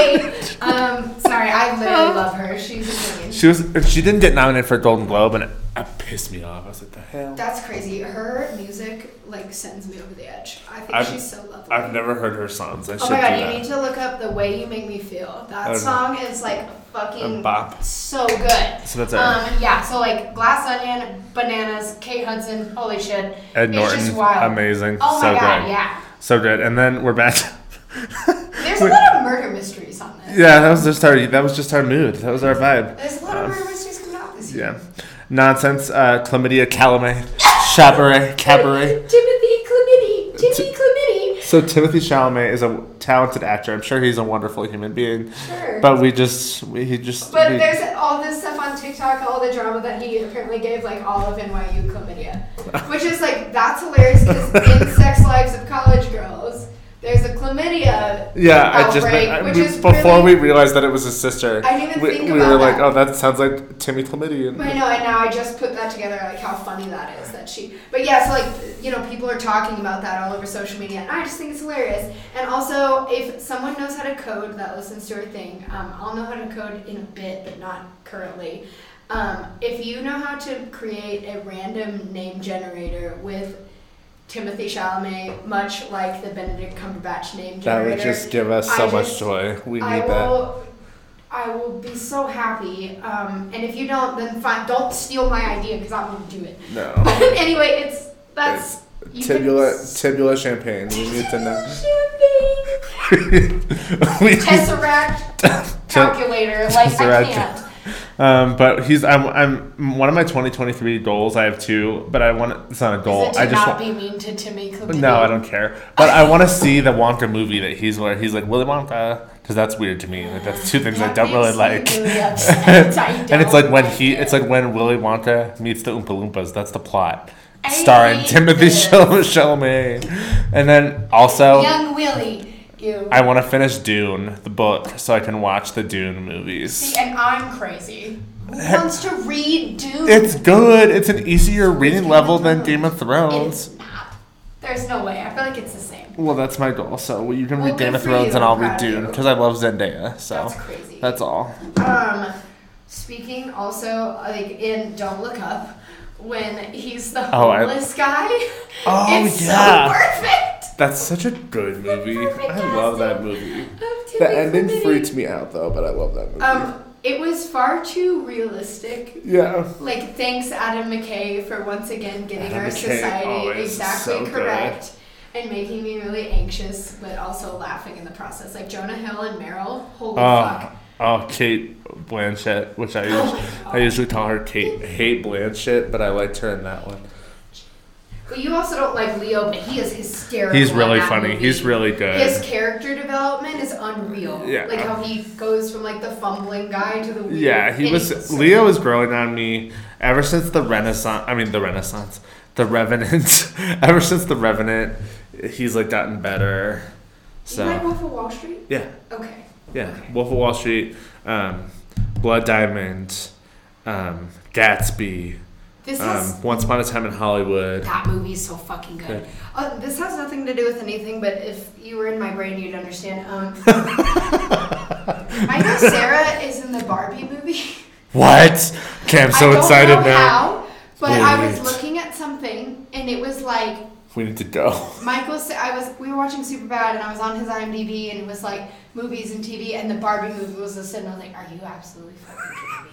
[SPEAKER 1] Um, sorry, I literally love her. She's amazing.
[SPEAKER 2] She was. She didn't get nominated for a Golden Globe, and it, it pissed me off. I was like, the hell.
[SPEAKER 1] That's crazy. Her music like sends me over the edge. I think
[SPEAKER 2] I've-
[SPEAKER 1] she's so lovely.
[SPEAKER 2] I've never heard her songs. I
[SPEAKER 1] oh
[SPEAKER 2] should
[SPEAKER 1] my god,
[SPEAKER 2] do
[SPEAKER 1] you
[SPEAKER 2] that.
[SPEAKER 1] need to look up the way you make me feel. That
[SPEAKER 2] Okay.
[SPEAKER 1] song is like fucking
[SPEAKER 2] A bop.
[SPEAKER 1] so good.
[SPEAKER 2] So that's her.
[SPEAKER 1] Um, yeah, so like Glass Onion, Bananas, Kate Hudson, holy shit.
[SPEAKER 2] Ed Norton,
[SPEAKER 1] It's just wild.
[SPEAKER 2] amazing.
[SPEAKER 1] Oh my
[SPEAKER 2] so
[SPEAKER 1] god,
[SPEAKER 2] good. [LAUGHS]
[SPEAKER 1] yeah.
[SPEAKER 2] So good. And then we're back. [LAUGHS]
[SPEAKER 1] There's a lot of murder mysteries on this.
[SPEAKER 2] yeah, that was just our. That was just our mood. That was our vibe.
[SPEAKER 1] There's a lot of murder mysteries coming out this year.
[SPEAKER 2] Yeah. Nonsense. Uh, chlamydia, calamay, cabaret, cabaret.
[SPEAKER 1] Timothy Chlamydi. Timothy Chlamydi.
[SPEAKER 2] So Timothy Chalamet is a talented actor. I'm sure he's a wonderful human being.
[SPEAKER 1] Sure. But,
[SPEAKER 2] But we just, we, he just. we-
[SPEAKER 1] there's all this stuff on TikTok, all the drama that he apparently gave like all of NYU
[SPEAKER 2] [LAUGHS]
[SPEAKER 1] chlamydia, which is like that's hilarious because in Sex Lives of College Girls, There's a chlamydia.
[SPEAKER 2] Yeah, I just
[SPEAKER 1] outbreak,
[SPEAKER 2] I-
[SPEAKER 1] which
[SPEAKER 2] we-
[SPEAKER 1] is
[SPEAKER 2] before
[SPEAKER 1] really-
[SPEAKER 2] we realized that it was his sister.
[SPEAKER 1] I didn't even
[SPEAKER 2] we,
[SPEAKER 1] think
[SPEAKER 2] we
[SPEAKER 1] about
[SPEAKER 2] were like,
[SPEAKER 1] that.
[SPEAKER 2] oh, that sounds like Timmy Chlamydian.
[SPEAKER 1] I know, and now I just put that together, like how funny that is that she. But yeah, so like you know, people are talking about that all over social media, and I just think it's hilarious. And also, if someone knows how to code that listens to her thing, um, I'll know how to code in a bit, but not currently. Um, if you know how to create a random name generator with Timothy Chalamet, much like the Benedict Cumberbatch name generator,
[SPEAKER 2] That would just give us
[SPEAKER 1] I
[SPEAKER 2] so much
[SPEAKER 1] just-
[SPEAKER 2] joy. We need
[SPEAKER 1] I
[SPEAKER 2] that.
[SPEAKER 1] will. I will be so happy. Um, and if you don't, then fine. Don't steal my idea because I'm gonna do it. [LAUGHS]
[SPEAKER 2] No.
[SPEAKER 1] But anyway, it's that's you can
[SPEAKER 2] Tibula,
[SPEAKER 1] s-
[SPEAKER 2] tibula champagne. We need to know. [LAUGHS]
[SPEAKER 1] Champagne.
[SPEAKER 2] We- [LAUGHS]
[SPEAKER 1] Tesseract calculator. Like I
[SPEAKER 2] Tesseract.
[SPEAKER 1] can't.
[SPEAKER 2] um, but he's I'm, I'm one of my 2023 goals. I have two, but I want it's not a goal.
[SPEAKER 1] Is it to
[SPEAKER 2] I just
[SPEAKER 1] not
[SPEAKER 2] want,
[SPEAKER 1] be mean to Timmy Chlamydia?
[SPEAKER 2] No, I don't care. But I want to see the Wonka movie that he's where he's like Willy Wonka because that's weird to me. Like that's two things I
[SPEAKER 1] That
[SPEAKER 2] don't really like.
[SPEAKER 1] makes me really
[SPEAKER 2] [LAUGHS]
[SPEAKER 1] upset. I
[SPEAKER 2] and
[SPEAKER 1] don't
[SPEAKER 2] it's like when
[SPEAKER 1] like
[SPEAKER 2] he,
[SPEAKER 1] it.
[SPEAKER 2] it's like when Willy Wonka meets the Oompa Loompas. That's the plot,
[SPEAKER 1] I
[SPEAKER 2] starring
[SPEAKER 1] hate
[SPEAKER 2] Timothy
[SPEAKER 1] this.
[SPEAKER 2] Chalamet. Chalamet. And then also,
[SPEAKER 1] Young Willie. You.
[SPEAKER 2] I want to finish Dune the book so I can watch the Dune movies.
[SPEAKER 1] See, and I'm crazy. Who wants to read Dune?
[SPEAKER 2] It's good. It's an easier reading
[SPEAKER 1] Game
[SPEAKER 2] level
[SPEAKER 1] of
[SPEAKER 2] than
[SPEAKER 1] Thrones.
[SPEAKER 2] Game of Thrones.
[SPEAKER 1] It's not. There's no way. I feel like it's the same.
[SPEAKER 2] Well, that's my goal. So you can
[SPEAKER 1] Well,
[SPEAKER 2] read Game
[SPEAKER 1] good
[SPEAKER 2] of
[SPEAKER 1] for
[SPEAKER 2] Thrones
[SPEAKER 1] you.
[SPEAKER 2] and I'll
[SPEAKER 1] I'm
[SPEAKER 2] read
[SPEAKER 1] proud of
[SPEAKER 2] Dune
[SPEAKER 1] you.
[SPEAKER 2] because I love Zendaya. So
[SPEAKER 1] That's crazy.
[SPEAKER 2] That's all.
[SPEAKER 1] Um, speaking also, like in Don't Look Up, when he's the
[SPEAKER 2] Oh, I-
[SPEAKER 1] homeless guy.
[SPEAKER 2] Oh,
[SPEAKER 1] [LAUGHS] it's
[SPEAKER 2] yeah.
[SPEAKER 1] so perfect.
[SPEAKER 2] That's such a good movie. I love that movie.
[SPEAKER 1] Of
[SPEAKER 3] The
[SPEAKER 1] Timothy
[SPEAKER 3] ending
[SPEAKER 1] Chalamet.
[SPEAKER 3] freaked me out though, but I love that movie.
[SPEAKER 1] Um, it was far too realistic.
[SPEAKER 3] yeah.
[SPEAKER 1] Like, thanks Adam McKay for once again getting
[SPEAKER 2] Adam
[SPEAKER 1] our
[SPEAKER 2] McKay
[SPEAKER 1] society
[SPEAKER 2] always
[SPEAKER 1] exactly
[SPEAKER 2] so good.
[SPEAKER 1] correct. And making me really anxious, but also laughing in the process. Like Jonah Hill and Meryl, holy
[SPEAKER 2] Oh,
[SPEAKER 1] fuck!
[SPEAKER 2] oh, Kate Blanchett, which I
[SPEAKER 1] Oh
[SPEAKER 2] usually,
[SPEAKER 1] my
[SPEAKER 2] I
[SPEAKER 1] God.
[SPEAKER 2] usually call her Kate Hate Blanchett, but I liked her in that one.
[SPEAKER 1] But you also don't like Leo, but he is hysterical.
[SPEAKER 2] He's
[SPEAKER 1] in
[SPEAKER 2] really
[SPEAKER 1] that
[SPEAKER 2] funny.
[SPEAKER 1] movie.
[SPEAKER 2] He's really good.
[SPEAKER 1] His character development is unreal.
[SPEAKER 2] Yeah.
[SPEAKER 1] Like how he goes from like the fumbling guy to the weird.
[SPEAKER 2] yeah, he
[SPEAKER 1] and
[SPEAKER 2] was.
[SPEAKER 1] he's-
[SPEAKER 2] Leo was growing on me ever since the Renaissance. I mean, the Renaissance, the Revenant. [LAUGHS] ever since the Revenant, he's like gotten better.
[SPEAKER 1] Do You like
[SPEAKER 2] So
[SPEAKER 1] Wolf of Wall Street?
[SPEAKER 2] yeah,
[SPEAKER 1] Okay.
[SPEAKER 2] yeah. Wolf of Wall Street, um, Blood Diamond, um, Gatsby.
[SPEAKER 1] This has
[SPEAKER 2] Um, Once Upon a Time in Hollywood.
[SPEAKER 1] that movie's so fucking good.
[SPEAKER 2] Good.
[SPEAKER 1] Uh, this has nothing to do with anything, but if you were in my brain, you'd understand. Um,
[SPEAKER 2] [LAUGHS]
[SPEAKER 1] I know Sarah is in the Barbie movie.
[SPEAKER 2] What? Okay, I'm so
[SPEAKER 1] I don't
[SPEAKER 2] excited
[SPEAKER 1] know
[SPEAKER 2] now.
[SPEAKER 1] How, but I was
[SPEAKER 2] Wait.
[SPEAKER 1] looking at something, and it was like
[SPEAKER 2] We need to go. [LAUGHS]
[SPEAKER 1] Michael, Sa- I was we were watching Superbad and I was on his IMDb and it was like movies and TV and the Barbie movie was listed and I was like, are you absolutely fucking kidding me?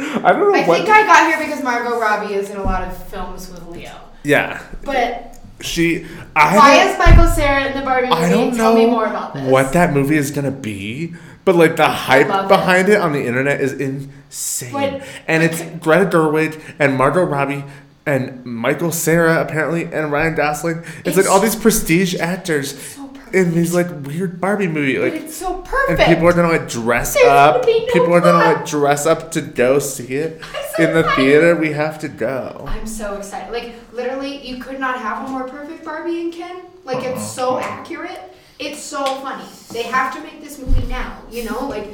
[SPEAKER 2] I don't know
[SPEAKER 1] I
[SPEAKER 2] [LAUGHS] what.
[SPEAKER 1] think I got here because Margot Robbie is in a lot of films with Leo,
[SPEAKER 2] yeah,
[SPEAKER 1] but
[SPEAKER 2] she. I
[SPEAKER 1] why
[SPEAKER 2] don't,
[SPEAKER 1] is Michael Sarah in the Barbie movie?
[SPEAKER 2] I don't
[SPEAKER 1] Tell
[SPEAKER 2] know
[SPEAKER 1] me more about this.
[SPEAKER 2] what that movie is gonna be, but like the
[SPEAKER 1] love
[SPEAKER 2] hype
[SPEAKER 1] it.
[SPEAKER 2] behind it. on the internet is insane,
[SPEAKER 1] But-
[SPEAKER 2] and it's Greta Gerwig and Margot Robbie. And Michael Sarah apparently, and Ryan Gosling. It's, like
[SPEAKER 1] It's-
[SPEAKER 2] all these prestige actors
[SPEAKER 1] so perfect.
[SPEAKER 2] in these like weird Barbie movie.
[SPEAKER 1] but
[SPEAKER 2] Like
[SPEAKER 1] it's so
[SPEAKER 2] And
[SPEAKER 1] perfect.
[SPEAKER 2] people are gonna like dress
[SPEAKER 1] There's gonna
[SPEAKER 2] up.
[SPEAKER 1] be no
[SPEAKER 2] people are gonna
[SPEAKER 1] crowd.
[SPEAKER 2] like dress up to go see it
[SPEAKER 1] I'm so
[SPEAKER 2] in the
[SPEAKER 1] excited.
[SPEAKER 2] theater. We have to go.
[SPEAKER 1] I'm so excited. Like literally, you could not have a more perfect Barbie and Ken. Like it's so accurate. It's so funny. They have to make this movie now. You know, like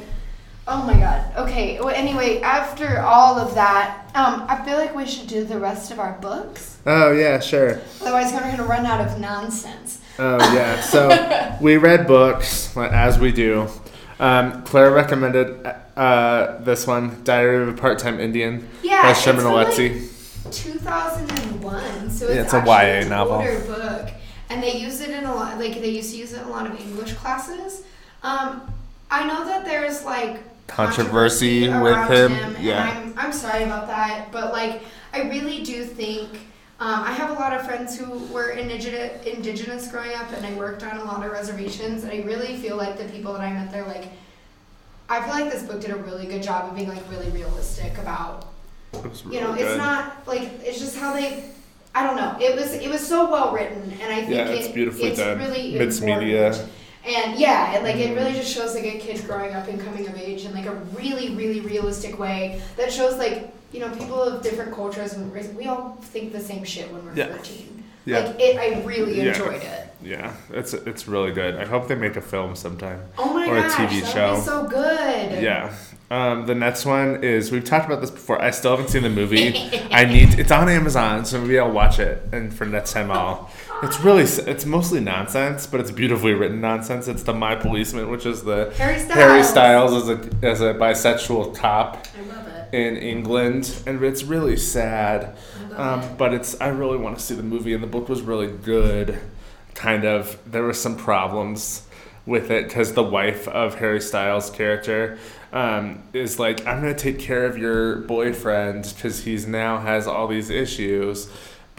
[SPEAKER 1] oh my god. Okay. Well, anyway, after all of that, um, I feel like we should do the rest of our books.
[SPEAKER 2] Oh yeah, sure.
[SPEAKER 1] Otherwise, we're gonna run out of nonsense.
[SPEAKER 2] Oh
[SPEAKER 1] [LAUGHS]
[SPEAKER 2] yeah. So we read books like, as we do. Um, Claire recommended uh, this one, Diary of a Part-Time Indian
[SPEAKER 1] Yeah,
[SPEAKER 2] by
[SPEAKER 1] it's
[SPEAKER 2] Sherman
[SPEAKER 1] from, like,
[SPEAKER 2] Alexie.
[SPEAKER 1] 2001. So it's,
[SPEAKER 2] Yeah, it's a
[SPEAKER 1] actually
[SPEAKER 2] YA
[SPEAKER 1] an
[SPEAKER 2] novel.
[SPEAKER 1] Older book, and they use it in a lot. Like they used to use it in a lot of English classes. Um, I know that there's like
[SPEAKER 2] Controversy
[SPEAKER 1] around
[SPEAKER 2] with him,
[SPEAKER 1] and
[SPEAKER 2] yeah.
[SPEAKER 1] I'm I'm sorry about that, but like I really do think. Um, I have a lot of friends who were indigenous, indigenous growing up, and I worked on a lot of reservations. And I really feel like the people that I met there, like, I feel like this book did a really good job of being like really realistic about
[SPEAKER 2] It was
[SPEAKER 1] you know
[SPEAKER 2] really
[SPEAKER 1] it's
[SPEAKER 2] good.
[SPEAKER 1] not like it's just how they i don't know it was it was so well written and i think
[SPEAKER 2] Yeah, it's
[SPEAKER 1] it-
[SPEAKER 2] beautifully
[SPEAKER 1] it's
[SPEAKER 2] done.
[SPEAKER 1] really
[SPEAKER 2] Mixed
[SPEAKER 1] important.
[SPEAKER 2] media. Mm-hmm.
[SPEAKER 1] and yeah it, like it really just shows like a kid growing up and coming of age in like a really really realistic way that shows like you know people of different cultures and race- we all think the same shit when we're
[SPEAKER 2] Yeah.
[SPEAKER 1] 14
[SPEAKER 2] Yeah.
[SPEAKER 1] Like it, I really
[SPEAKER 2] Yeah.
[SPEAKER 1] enjoyed it.
[SPEAKER 2] Yeah, it's it's really good. I hope they make a film sometime.
[SPEAKER 1] Oh my
[SPEAKER 2] Or a
[SPEAKER 1] gosh,
[SPEAKER 2] TV
[SPEAKER 1] that
[SPEAKER 2] show.
[SPEAKER 1] would be so good.
[SPEAKER 2] Yeah. Um, the next one is we've talked about this before. I still haven't seen the movie. I need it's on Amazon, so maybe I'll watch it. And for next time, I'll. It's really s- it's mostly nonsense, but it's beautifully written nonsense. It's the My Policeman, which is the
[SPEAKER 1] Harry Styles.
[SPEAKER 2] Harry Styles as a as a bisexual cop
[SPEAKER 1] I love it.
[SPEAKER 2] in England, and it's really sad. Um, but it's I really want to see the movie, and the book was really good. Kind of, there were some problems with it because the wife of Harry Styles' character um, is like, "I'm gonna take care of your boyfriend because he's now has all these issues."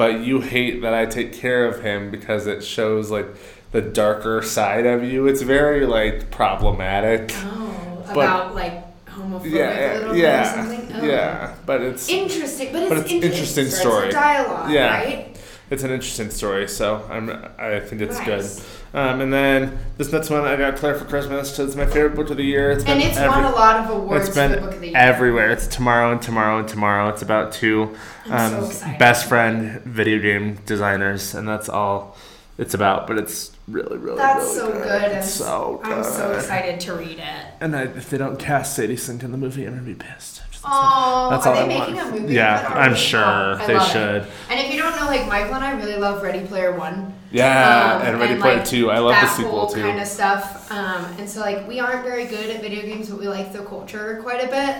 [SPEAKER 2] But you hate that I take care of him because it shows like the darker side of you. It's very like problematic.
[SPEAKER 1] Oh,
[SPEAKER 2] But-
[SPEAKER 1] about Oh, like homophobic
[SPEAKER 2] Yeah,
[SPEAKER 1] little
[SPEAKER 2] yeah,
[SPEAKER 1] or something. Oh.
[SPEAKER 2] yeah. But it's
[SPEAKER 1] Interesting, but it's,
[SPEAKER 2] But it's
[SPEAKER 1] inter-
[SPEAKER 2] interesting
[SPEAKER 1] so it's a
[SPEAKER 2] story.
[SPEAKER 1] dialogue,
[SPEAKER 2] Yeah.
[SPEAKER 1] right?
[SPEAKER 2] It's an interesting story, so I'm I think it's
[SPEAKER 1] Nice.
[SPEAKER 2] good. Um, and then this next one I got Claire for Christmas. 'cause It's my favorite book of the year. It's
[SPEAKER 1] And
[SPEAKER 2] been
[SPEAKER 1] it's
[SPEAKER 2] every-
[SPEAKER 1] won a lot of awards
[SPEAKER 2] It's
[SPEAKER 1] for
[SPEAKER 2] been
[SPEAKER 1] the book of the year.
[SPEAKER 2] everywhere. It's tomorrow and tomorrow and tomorrow. It's about two
[SPEAKER 1] I'm so
[SPEAKER 2] um,
[SPEAKER 1] excited.
[SPEAKER 2] best friend video game designers, and that's all it's about. But it's really, really,
[SPEAKER 1] That's
[SPEAKER 2] really
[SPEAKER 1] so
[SPEAKER 2] good.
[SPEAKER 1] good. I'm
[SPEAKER 2] It's so
[SPEAKER 1] I'm so
[SPEAKER 2] good.
[SPEAKER 1] excited to read it.
[SPEAKER 2] And I, if they don't cast Sadie Sink in the movie, I'm gonna be pissed. That's all-
[SPEAKER 1] Oh,
[SPEAKER 2] that's
[SPEAKER 1] are
[SPEAKER 2] all
[SPEAKER 1] they
[SPEAKER 2] I
[SPEAKER 1] making
[SPEAKER 2] want.
[SPEAKER 1] a movie?
[SPEAKER 2] Yeah,
[SPEAKER 1] of it
[SPEAKER 2] I'm
[SPEAKER 1] already?
[SPEAKER 2] sure.
[SPEAKER 1] Oh, I
[SPEAKER 2] They
[SPEAKER 1] love it.
[SPEAKER 2] should.
[SPEAKER 1] And if you don't know, like Michael and I really love Ready Player One.
[SPEAKER 2] Yeah,
[SPEAKER 1] Um,
[SPEAKER 2] and Ready Player
[SPEAKER 1] like,
[SPEAKER 2] Two. I love the
[SPEAKER 1] that
[SPEAKER 2] sequel
[SPEAKER 1] whole
[SPEAKER 2] too.
[SPEAKER 1] kind of stuff. Um, and so like we aren't very good at video games, but we like the culture quite a bit.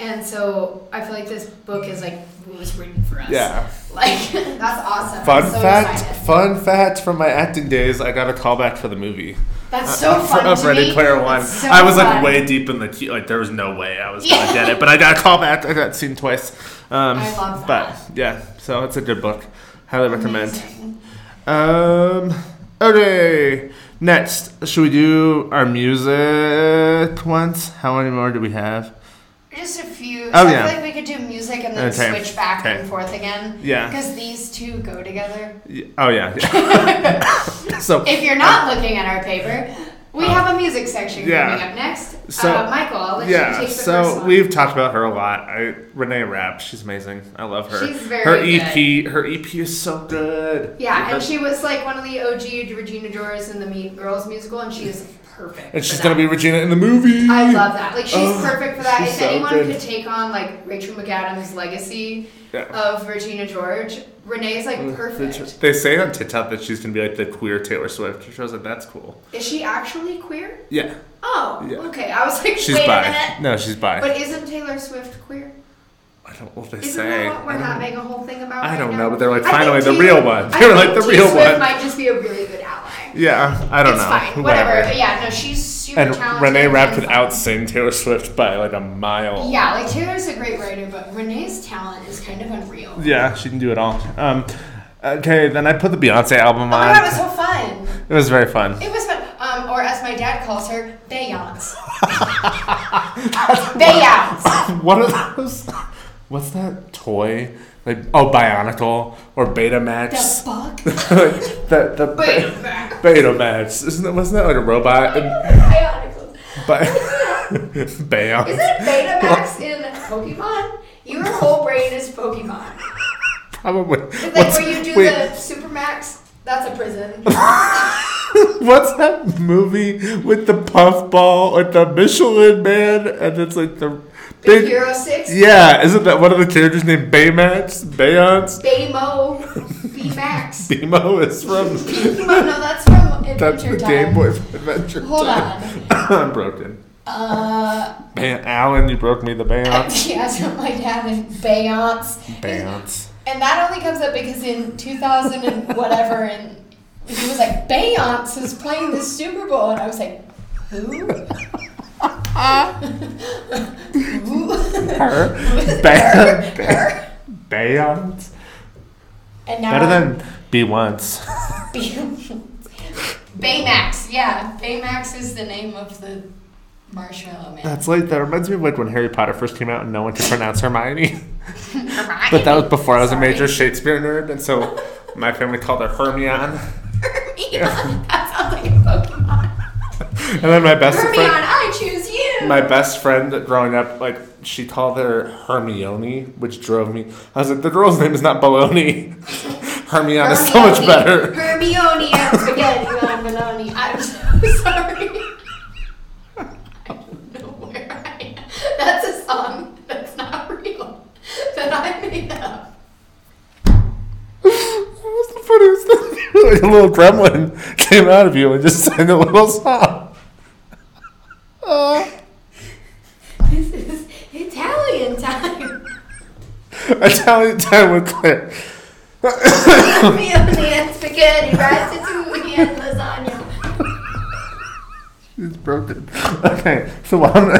[SPEAKER 1] And so I feel like this book is like was written for us.
[SPEAKER 2] yeah.
[SPEAKER 1] Like [LAUGHS] that's awesome.
[SPEAKER 2] Fun
[SPEAKER 1] I'm so
[SPEAKER 2] fact,
[SPEAKER 1] excited.
[SPEAKER 2] fun fact from my acting days, I got a call back for the movie. Uh,
[SPEAKER 1] That's so fun.
[SPEAKER 2] [LAUGHS] Of
[SPEAKER 1] to
[SPEAKER 2] Ready
[SPEAKER 1] me.
[SPEAKER 2] Player One.
[SPEAKER 1] It's so
[SPEAKER 2] I was like
[SPEAKER 1] fun.
[SPEAKER 2] way deep in the queue. Like there was no way I was
[SPEAKER 1] Yeah.
[SPEAKER 2] gonna
[SPEAKER 1] [LAUGHS]
[SPEAKER 2] get it, but I got a call back. I got seen twice. Um,
[SPEAKER 1] I love that.
[SPEAKER 2] But yeah, so it's a good book. Highly recommend.
[SPEAKER 1] Amazing.
[SPEAKER 2] Um, okay. Next, should we do our music once? How many more do we have?
[SPEAKER 1] Just a few. So
[SPEAKER 2] Oh,
[SPEAKER 1] I
[SPEAKER 2] yeah.
[SPEAKER 1] feel like we could do music and then
[SPEAKER 2] Okay.
[SPEAKER 1] switch back
[SPEAKER 2] Okay.
[SPEAKER 1] and forth again.
[SPEAKER 2] Yeah.
[SPEAKER 1] Because these two go together.
[SPEAKER 2] Y- Oh yeah. [LAUGHS] so
[SPEAKER 1] If you're not looking at our paper, we have a music section
[SPEAKER 2] Uh, yeah.
[SPEAKER 1] coming up next.
[SPEAKER 2] So-
[SPEAKER 1] uh, Michael, I'll let you
[SPEAKER 2] yeah,
[SPEAKER 1] take the first
[SPEAKER 2] so
[SPEAKER 1] one.
[SPEAKER 2] we've talked about her a lot. I Renee Rapp, she's amazing. I love her.
[SPEAKER 1] She's very
[SPEAKER 2] her
[SPEAKER 1] good.
[SPEAKER 2] EP, her EP is so good.
[SPEAKER 1] yeah, and she was like one of the OG Regina George in the Mean Girls musical, and she is perfect.
[SPEAKER 2] and
[SPEAKER 1] for
[SPEAKER 2] she's
[SPEAKER 1] that.
[SPEAKER 2] gonna be Regina in the movie.
[SPEAKER 1] I love that. Like she's
[SPEAKER 2] Oh,
[SPEAKER 1] perfect for that.
[SPEAKER 2] she's
[SPEAKER 1] If
[SPEAKER 2] so
[SPEAKER 1] anyone
[SPEAKER 2] good.
[SPEAKER 1] could take on like Rachel McAdams' legacy
[SPEAKER 2] Yeah. Mm,
[SPEAKER 1] of Regina George, Renee's like perfect.
[SPEAKER 2] They say on TikTok that she's gonna be like the queer Taylor Swift, which I was like, that's cool.
[SPEAKER 1] Is she actually queer?
[SPEAKER 2] Yeah,
[SPEAKER 1] Oh,
[SPEAKER 2] Yeah.
[SPEAKER 1] okay. I was like,
[SPEAKER 2] she's
[SPEAKER 1] wait
[SPEAKER 2] bi.
[SPEAKER 1] a minute.
[SPEAKER 2] No, she's bi.
[SPEAKER 1] But isn't Taylor Swift queer?
[SPEAKER 2] I don't know what they
[SPEAKER 1] Isn't
[SPEAKER 2] say.
[SPEAKER 1] that what
[SPEAKER 2] I
[SPEAKER 1] we're
[SPEAKER 2] don't-
[SPEAKER 1] having a whole thing about?
[SPEAKER 2] I
[SPEAKER 1] right
[SPEAKER 2] don't
[SPEAKER 1] now?
[SPEAKER 2] know, but they're like,
[SPEAKER 1] I think
[SPEAKER 2] finally, the
[SPEAKER 1] T-
[SPEAKER 2] real one. [LAUGHS]
[SPEAKER 1] I
[SPEAKER 2] They were
[SPEAKER 1] think
[SPEAKER 2] like, the
[SPEAKER 1] T
[SPEAKER 2] real
[SPEAKER 1] Swift
[SPEAKER 2] one.
[SPEAKER 1] Might just be a really good ally.
[SPEAKER 2] yeah, I don't
[SPEAKER 1] it's
[SPEAKER 2] know.
[SPEAKER 1] fine, whatever. Yeah, no, she's super
[SPEAKER 2] And
[SPEAKER 1] talented.
[SPEAKER 2] Renee Rapp
[SPEAKER 1] and
[SPEAKER 2] could
[SPEAKER 1] fun.
[SPEAKER 2] out sing Taylor Swift by like a mile.
[SPEAKER 1] Yeah, like Taylor's a great writer, but Renee's talent is kind of unreal.
[SPEAKER 2] Yeah, she can do it all. Um, okay, then I put the Beyonce album
[SPEAKER 1] Oh my
[SPEAKER 2] on.
[SPEAKER 1] god, it was so fun.
[SPEAKER 2] it was very fun.
[SPEAKER 1] It was fun. Um, or as my dad calls her,
[SPEAKER 2] [LAUGHS]
[SPEAKER 1] Beyonce. Beyonce.
[SPEAKER 2] what are those? [LAUGHS] What's that toy? Like oh, Bionicle or [LAUGHS]
[SPEAKER 1] The
[SPEAKER 2] Betamax?
[SPEAKER 1] fuck?
[SPEAKER 2] the the Be-
[SPEAKER 1] Beyonce.
[SPEAKER 2] Betamax. Isn't that wasn't that like a robot? And,
[SPEAKER 1] [LAUGHS] Bionicle.
[SPEAKER 2] [LAUGHS] but
[SPEAKER 1] Is
[SPEAKER 2] Bam.
[SPEAKER 1] it Betamax in Pokemon? Your whole brain is Pokemon.
[SPEAKER 2] Probably.
[SPEAKER 1] Is that
[SPEAKER 2] What's-
[SPEAKER 1] where you do
[SPEAKER 2] wait,
[SPEAKER 1] the Supermax? That's a
[SPEAKER 2] [LAUGHS]
[SPEAKER 1] prison.
[SPEAKER 2] What's that movie with the puffball with the Michelin Man and it's like the
[SPEAKER 1] Big Hero 6?
[SPEAKER 2] Yeah, isn't that one of the characters named Baymax? Bayance? [LAUGHS]
[SPEAKER 1] Baymo. Bmax.
[SPEAKER 2] Demo is
[SPEAKER 1] [LAUGHS]
[SPEAKER 2] from
[SPEAKER 1] Pokemon, no, that's from
[SPEAKER 2] that's the
[SPEAKER 1] Adventure
[SPEAKER 2] Game
[SPEAKER 1] Time.
[SPEAKER 2] Boy Adventure.
[SPEAKER 1] Hold
[SPEAKER 2] Time.
[SPEAKER 1] on.
[SPEAKER 2] [LAUGHS] I'm broken.
[SPEAKER 1] Uh,
[SPEAKER 2] Man, Alan, you broke me the
[SPEAKER 1] [LAUGHS]
[SPEAKER 2] Bayance.
[SPEAKER 1] yeah, that's from my dad and Beyonce.
[SPEAKER 2] Bayance.
[SPEAKER 1] And that only comes up because in 2000 and
[SPEAKER 2] [LAUGHS]
[SPEAKER 1] whatever, and he was like, Beyonce is playing the Super Bowl. And I was like,
[SPEAKER 2] [LAUGHS]
[SPEAKER 1] who? who?
[SPEAKER 2] [LAUGHS] Her.
[SPEAKER 1] Her.
[SPEAKER 2] Bayance.
[SPEAKER 1] Her.
[SPEAKER 2] Bayance.
[SPEAKER 1] And now
[SPEAKER 2] Better than Be Once. [LAUGHS]
[SPEAKER 1] Beyonce. Baymax. Yeah, Baymax is the name of the marshmallow man. [LAUGHS]
[SPEAKER 2] That's like that reminds me of like when Harry Potter first came out and no one could pronounce Hermione.
[SPEAKER 1] Hermione.
[SPEAKER 2] [LAUGHS] But that was before I was a
[SPEAKER 1] Sorry.
[SPEAKER 2] major Shakespeare nerd, and so my family called her Hermione. [LAUGHS]
[SPEAKER 1] Hermione. [LAUGHS] That sounds like a Pokemon.
[SPEAKER 2] [LAUGHS] And then my best
[SPEAKER 1] Hermione,
[SPEAKER 2] friend,
[SPEAKER 1] I choose you.
[SPEAKER 2] my best friend growing up, like she called her Hermione, which drove me. I was like, the girl's name is not Baloney. [LAUGHS] Hermione is so much better.
[SPEAKER 1] Hermione and spaghetti and bologna. I'm so sorry. I don't know where I am. That's a song that's not real that I made up.
[SPEAKER 2] That's the funniest thing. [LAUGHS] Like a little gremlin came out of you and just sang a little song. Uh. [LAUGHS]
[SPEAKER 1] This is Italian time.
[SPEAKER 2] Italian time with Claire.
[SPEAKER 1] Hermione and spaghetti, ratatouille and lasagna.
[SPEAKER 2] It's broken. Okay, so while,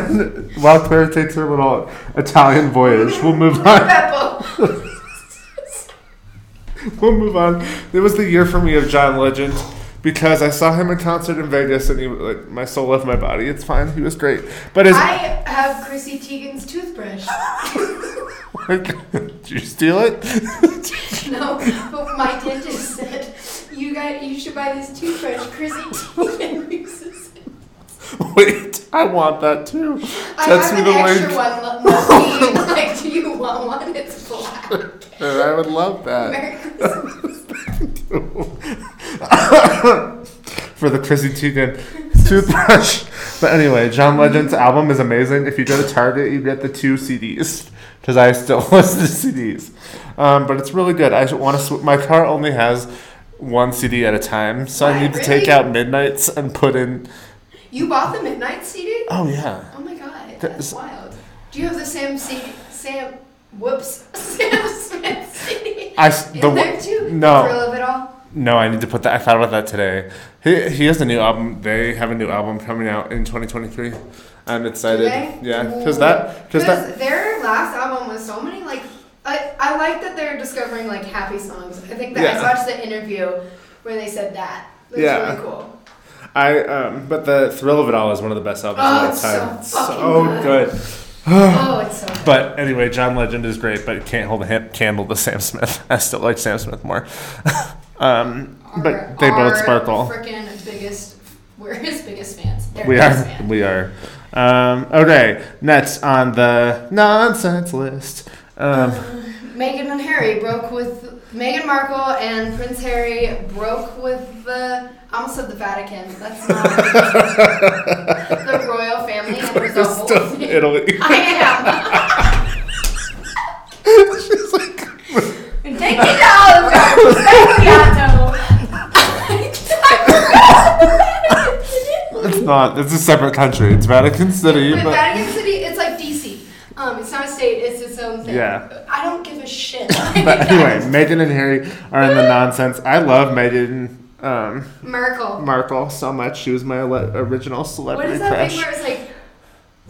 [SPEAKER 2] while Claire takes her little Italian voyage, we'll move on. [LAUGHS]
[SPEAKER 1] Peppo.
[SPEAKER 2] We'll move on. It was the year for me of John Legend because I saw him in concert in Vegas and he like my soul left my body. It's fine. He was great, but his
[SPEAKER 1] [LAUGHS] I have Chrissy Teigen's toothbrush.
[SPEAKER 2] [LAUGHS] did you steal it?
[SPEAKER 1] [LAUGHS] No, but my dentist said you got you should buy this toothbrush. Chrissy Teigen uses it.
[SPEAKER 2] [LAUGHS] Wait, I want that too.
[SPEAKER 1] I
[SPEAKER 2] Text me
[SPEAKER 1] have
[SPEAKER 2] the
[SPEAKER 1] an extra one.
[SPEAKER 2] link. [LAUGHS]
[SPEAKER 1] lo- lo- [LAUGHS] like, do you want one? It's black. [LAUGHS]
[SPEAKER 2] And I would love that.
[SPEAKER 1] Merry Christmas.
[SPEAKER 2] For the Chrissy Teigen toothbrush. [LAUGHS] But anyway, John Legend's album is amazing. If you go to Target, you get the two CDs because I still [LAUGHS] listen to CDs. Um, but it's really good. I want to. Sw- my car only has one CD at a time, so I
[SPEAKER 1] Why,
[SPEAKER 2] need to
[SPEAKER 1] really?
[SPEAKER 2] take out Midnight's and put in.
[SPEAKER 1] You bought the Midnight CD?
[SPEAKER 2] Oh yeah.
[SPEAKER 1] Oh my god,
[SPEAKER 2] That's-
[SPEAKER 1] that's wild. Do you have the Sam C Sam? Whoops, [LAUGHS] Sam Smith CD.
[SPEAKER 2] I s-
[SPEAKER 1] in
[SPEAKER 2] the w-
[SPEAKER 1] there too.
[SPEAKER 2] no.
[SPEAKER 1] Thrill of it all.
[SPEAKER 2] No, I need to put that. I thought about that today. He, he has a new album. They have a new album coming out in 2023. I'm excited.
[SPEAKER 1] Okay.
[SPEAKER 2] Yeah, because that because that
[SPEAKER 1] their last album was so many like I, I like that they're discovering like happy songs. I think that
[SPEAKER 2] Yeah.
[SPEAKER 1] I watched the interview where they said that. That's
[SPEAKER 2] Yeah.
[SPEAKER 1] really
[SPEAKER 2] [SIGHS]
[SPEAKER 1] cool.
[SPEAKER 2] I um but the thrill of it all is one of the best albums
[SPEAKER 1] Oh,
[SPEAKER 2] of
[SPEAKER 1] it's
[SPEAKER 2] all time.
[SPEAKER 1] so fucking
[SPEAKER 2] good.
[SPEAKER 1] good. oh, it's so. Good.
[SPEAKER 2] But anyway, John Legend is great, but can't hold a hand, candle to Sam Smith. [LAUGHS] I still like Sam Smith more. [LAUGHS] um,
[SPEAKER 1] Our-
[SPEAKER 2] but they
[SPEAKER 1] our
[SPEAKER 2] both sparkle.
[SPEAKER 1] Frickin' biggest, we're his biggest fans. They're
[SPEAKER 2] We
[SPEAKER 1] his
[SPEAKER 2] are.
[SPEAKER 1] fans.
[SPEAKER 2] We are. Um, okay, next on the nonsense list. Um, [LAUGHS]
[SPEAKER 1] Meghan and Harry broke with Meghan Markle and Prince Harry broke with the I almost said the Vatican. That's
[SPEAKER 2] [LAUGHS]
[SPEAKER 1] not the royal family. And there's a whole
[SPEAKER 2] stuff in
[SPEAKER 1] thing.
[SPEAKER 2] Italy.
[SPEAKER 1] I am.
[SPEAKER 2] She's like,
[SPEAKER 1] Take it out. Italiano.
[SPEAKER 2] [LAUGHS] it's not. Uh, It's a separate country. It's Vatican City,
[SPEAKER 1] But
[SPEAKER 2] but
[SPEAKER 1] Vatican City, it's like DC. Um, it's not a state. It's its own thing.
[SPEAKER 2] Yeah.
[SPEAKER 1] I don't give a shit. [LAUGHS]
[SPEAKER 2] but anyway, Meghan and Harry are in the nonsense. I love Meghan um,
[SPEAKER 1] Merkel.
[SPEAKER 2] Markle so much. She was my le- original celebrity
[SPEAKER 1] What is that
[SPEAKER 2] crush.
[SPEAKER 1] thing where it's like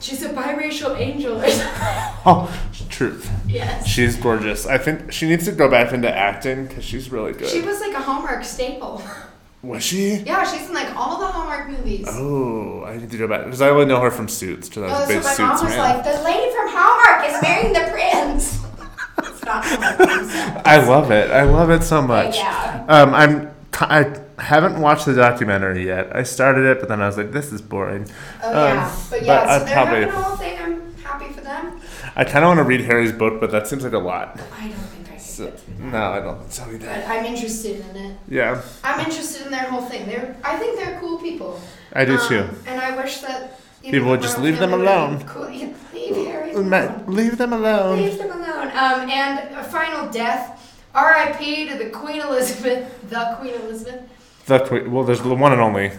[SPEAKER 1] she's a biracial angel or something?
[SPEAKER 2] [LAUGHS] Oh, truth.
[SPEAKER 1] yes.
[SPEAKER 2] She's gorgeous. I think she needs to go back into acting because she's really good.
[SPEAKER 1] She was like a Hallmark staple. [LAUGHS]
[SPEAKER 2] was she?
[SPEAKER 1] Yeah, she's in like all the Hallmark movies.
[SPEAKER 2] Oh, I need to go back because I only know her from Suits because I was
[SPEAKER 1] Oh,
[SPEAKER 2] a
[SPEAKER 1] so
[SPEAKER 2] big
[SPEAKER 1] my
[SPEAKER 2] Suits
[SPEAKER 1] mom was
[SPEAKER 2] man.
[SPEAKER 1] like, the lady from Hallmark is marrying the prince. [LAUGHS] it's not Hallmark. I'm
[SPEAKER 2] [LAUGHS]
[SPEAKER 1] sorry.
[SPEAKER 2] I love it. I love it so much.
[SPEAKER 1] Yeah.
[SPEAKER 2] Um, I'm. I haven't watched the documentary yet. I started it, but then I was like, "This is boring."
[SPEAKER 1] Oh yeah,
[SPEAKER 2] Um,
[SPEAKER 1] but yeah,
[SPEAKER 2] I'd
[SPEAKER 1] so they're
[SPEAKER 2] probably,
[SPEAKER 1] having a whole thing. I'm happy for them.
[SPEAKER 2] I kind of want to read Harry's book, but that seems like a
[SPEAKER 1] I
[SPEAKER 2] lot.
[SPEAKER 1] don't think I could.
[SPEAKER 2] So,
[SPEAKER 1] get through that.
[SPEAKER 2] no, I don't think so
[SPEAKER 1] But
[SPEAKER 2] either.
[SPEAKER 1] I'm interested in it.
[SPEAKER 2] Yeah,
[SPEAKER 1] I'm interested in their whole thing. They're, I think they're cool people.
[SPEAKER 2] I do
[SPEAKER 1] Um,
[SPEAKER 2] too.
[SPEAKER 1] And I wish that you
[SPEAKER 2] People
[SPEAKER 1] know,
[SPEAKER 2] would just
[SPEAKER 1] our
[SPEAKER 2] leave them
[SPEAKER 1] family would be
[SPEAKER 2] alone.
[SPEAKER 1] Cool. Yeah, leave Harry
[SPEAKER 2] Ma-
[SPEAKER 1] alone.
[SPEAKER 2] leave them alone.
[SPEAKER 1] Leave them alone. Um, and a final death. R.I.P. to the Queen Elizabeth, [LAUGHS] the Queen Elizabeth
[SPEAKER 2] The que- well, there's the one and only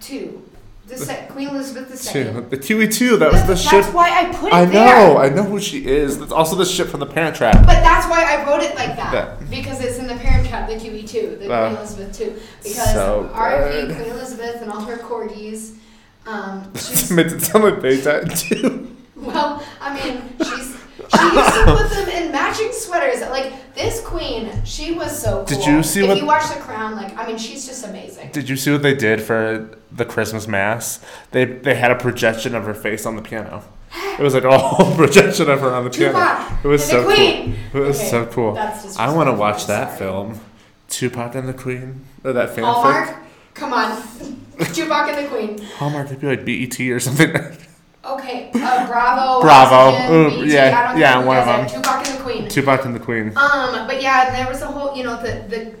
[SPEAKER 1] two, the sec- Queen Elizabeth the
[SPEAKER 2] two.
[SPEAKER 1] second.
[SPEAKER 2] The Kiwi two. That was the
[SPEAKER 1] that's
[SPEAKER 2] ship.
[SPEAKER 1] why I put it
[SPEAKER 2] I
[SPEAKER 1] there.
[SPEAKER 2] know. I know who she is. That's also the ship from the Parent Trap. [LAUGHS]
[SPEAKER 1] But that's why I wrote it like that
[SPEAKER 2] Yeah.
[SPEAKER 1] because it's in the Parent Trap, the QE two, the
[SPEAKER 2] Wow.
[SPEAKER 1] Queen Elizabeth two, because
[SPEAKER 2] So
[SPEAKER 1] R.I.P.
[SPEAKER 2] good.
[SPEAKER 1] Queen Elizabeth and all her corgis.
[SPEAKER 2] [LAUGHS]
[SPEAKER 1] Um,
[SPEAKER 2] It
[SPEAKER 1] she's
[SPEAKER 2] makes it sound like they died too.
[SPEAKER 1] Well, I mean, she's she used to put them in matching sweaters. Like this queen, she was so cool.
[SPEAKER 2] Did you see
[SPEAKER 1] if
[SPEAKER 2] what-
[SPEAKER 1] you watch The Crown? Like, I mean, she's just amazing.
[SPEAKER 2] Did you see what they did for the Christmas mass? They they had a projection of her face on the piano. It was like a [LAUGHS] whole projection of her on the piano.
[SPEAKER 1] Tupac
[SPEAKER 2] It was
[SPEAKER 1] and
[SPEAKER 2] so
[SPEAKER 1] the Queen.
[SPEAKER 2] cool. It was
[SPEAKER 1] Okay,
[SPEAKER 2] so cool.
[SPEAKER 1] that's just-
[SPEAKER 2] I want to watch that
[SPEAKER 1] sorry.
[SPEAKER 2] film, Tupac and the Queen, or that fanfic.
[SPEAKER 1] Hallmark, come
[SPEAKER 2] [LAUGHS]
[SPEAKER 1] on, Tupac and the Queen.
[SPEAKER 2] Hallmark, it'd be like BET or something. [LAUGHS]
[SPEAKER 1] Okay, uh, Bravo.
[SPEAKER 2] Bravo.
[SPEAKER 1] Oxygen,
[SPEAKER 2] Ooh,
[SPEAKER 1] BT,
[SPEAKER 2] yeah,
[SPEAKER 1] I don't
[SPEAKER 2] yeah,
[SPEAKER 1] know who
[SPEAKER 2] one of
[SPEAKER 1] does it.
[SPEAKER 2] them.
[SPEAKER 1] Tupac and the Queen.
[SPEAKER 2] Tupac and the Queen.
[SPEAKER 1] Um, but yeah, there was a whole, you know, the the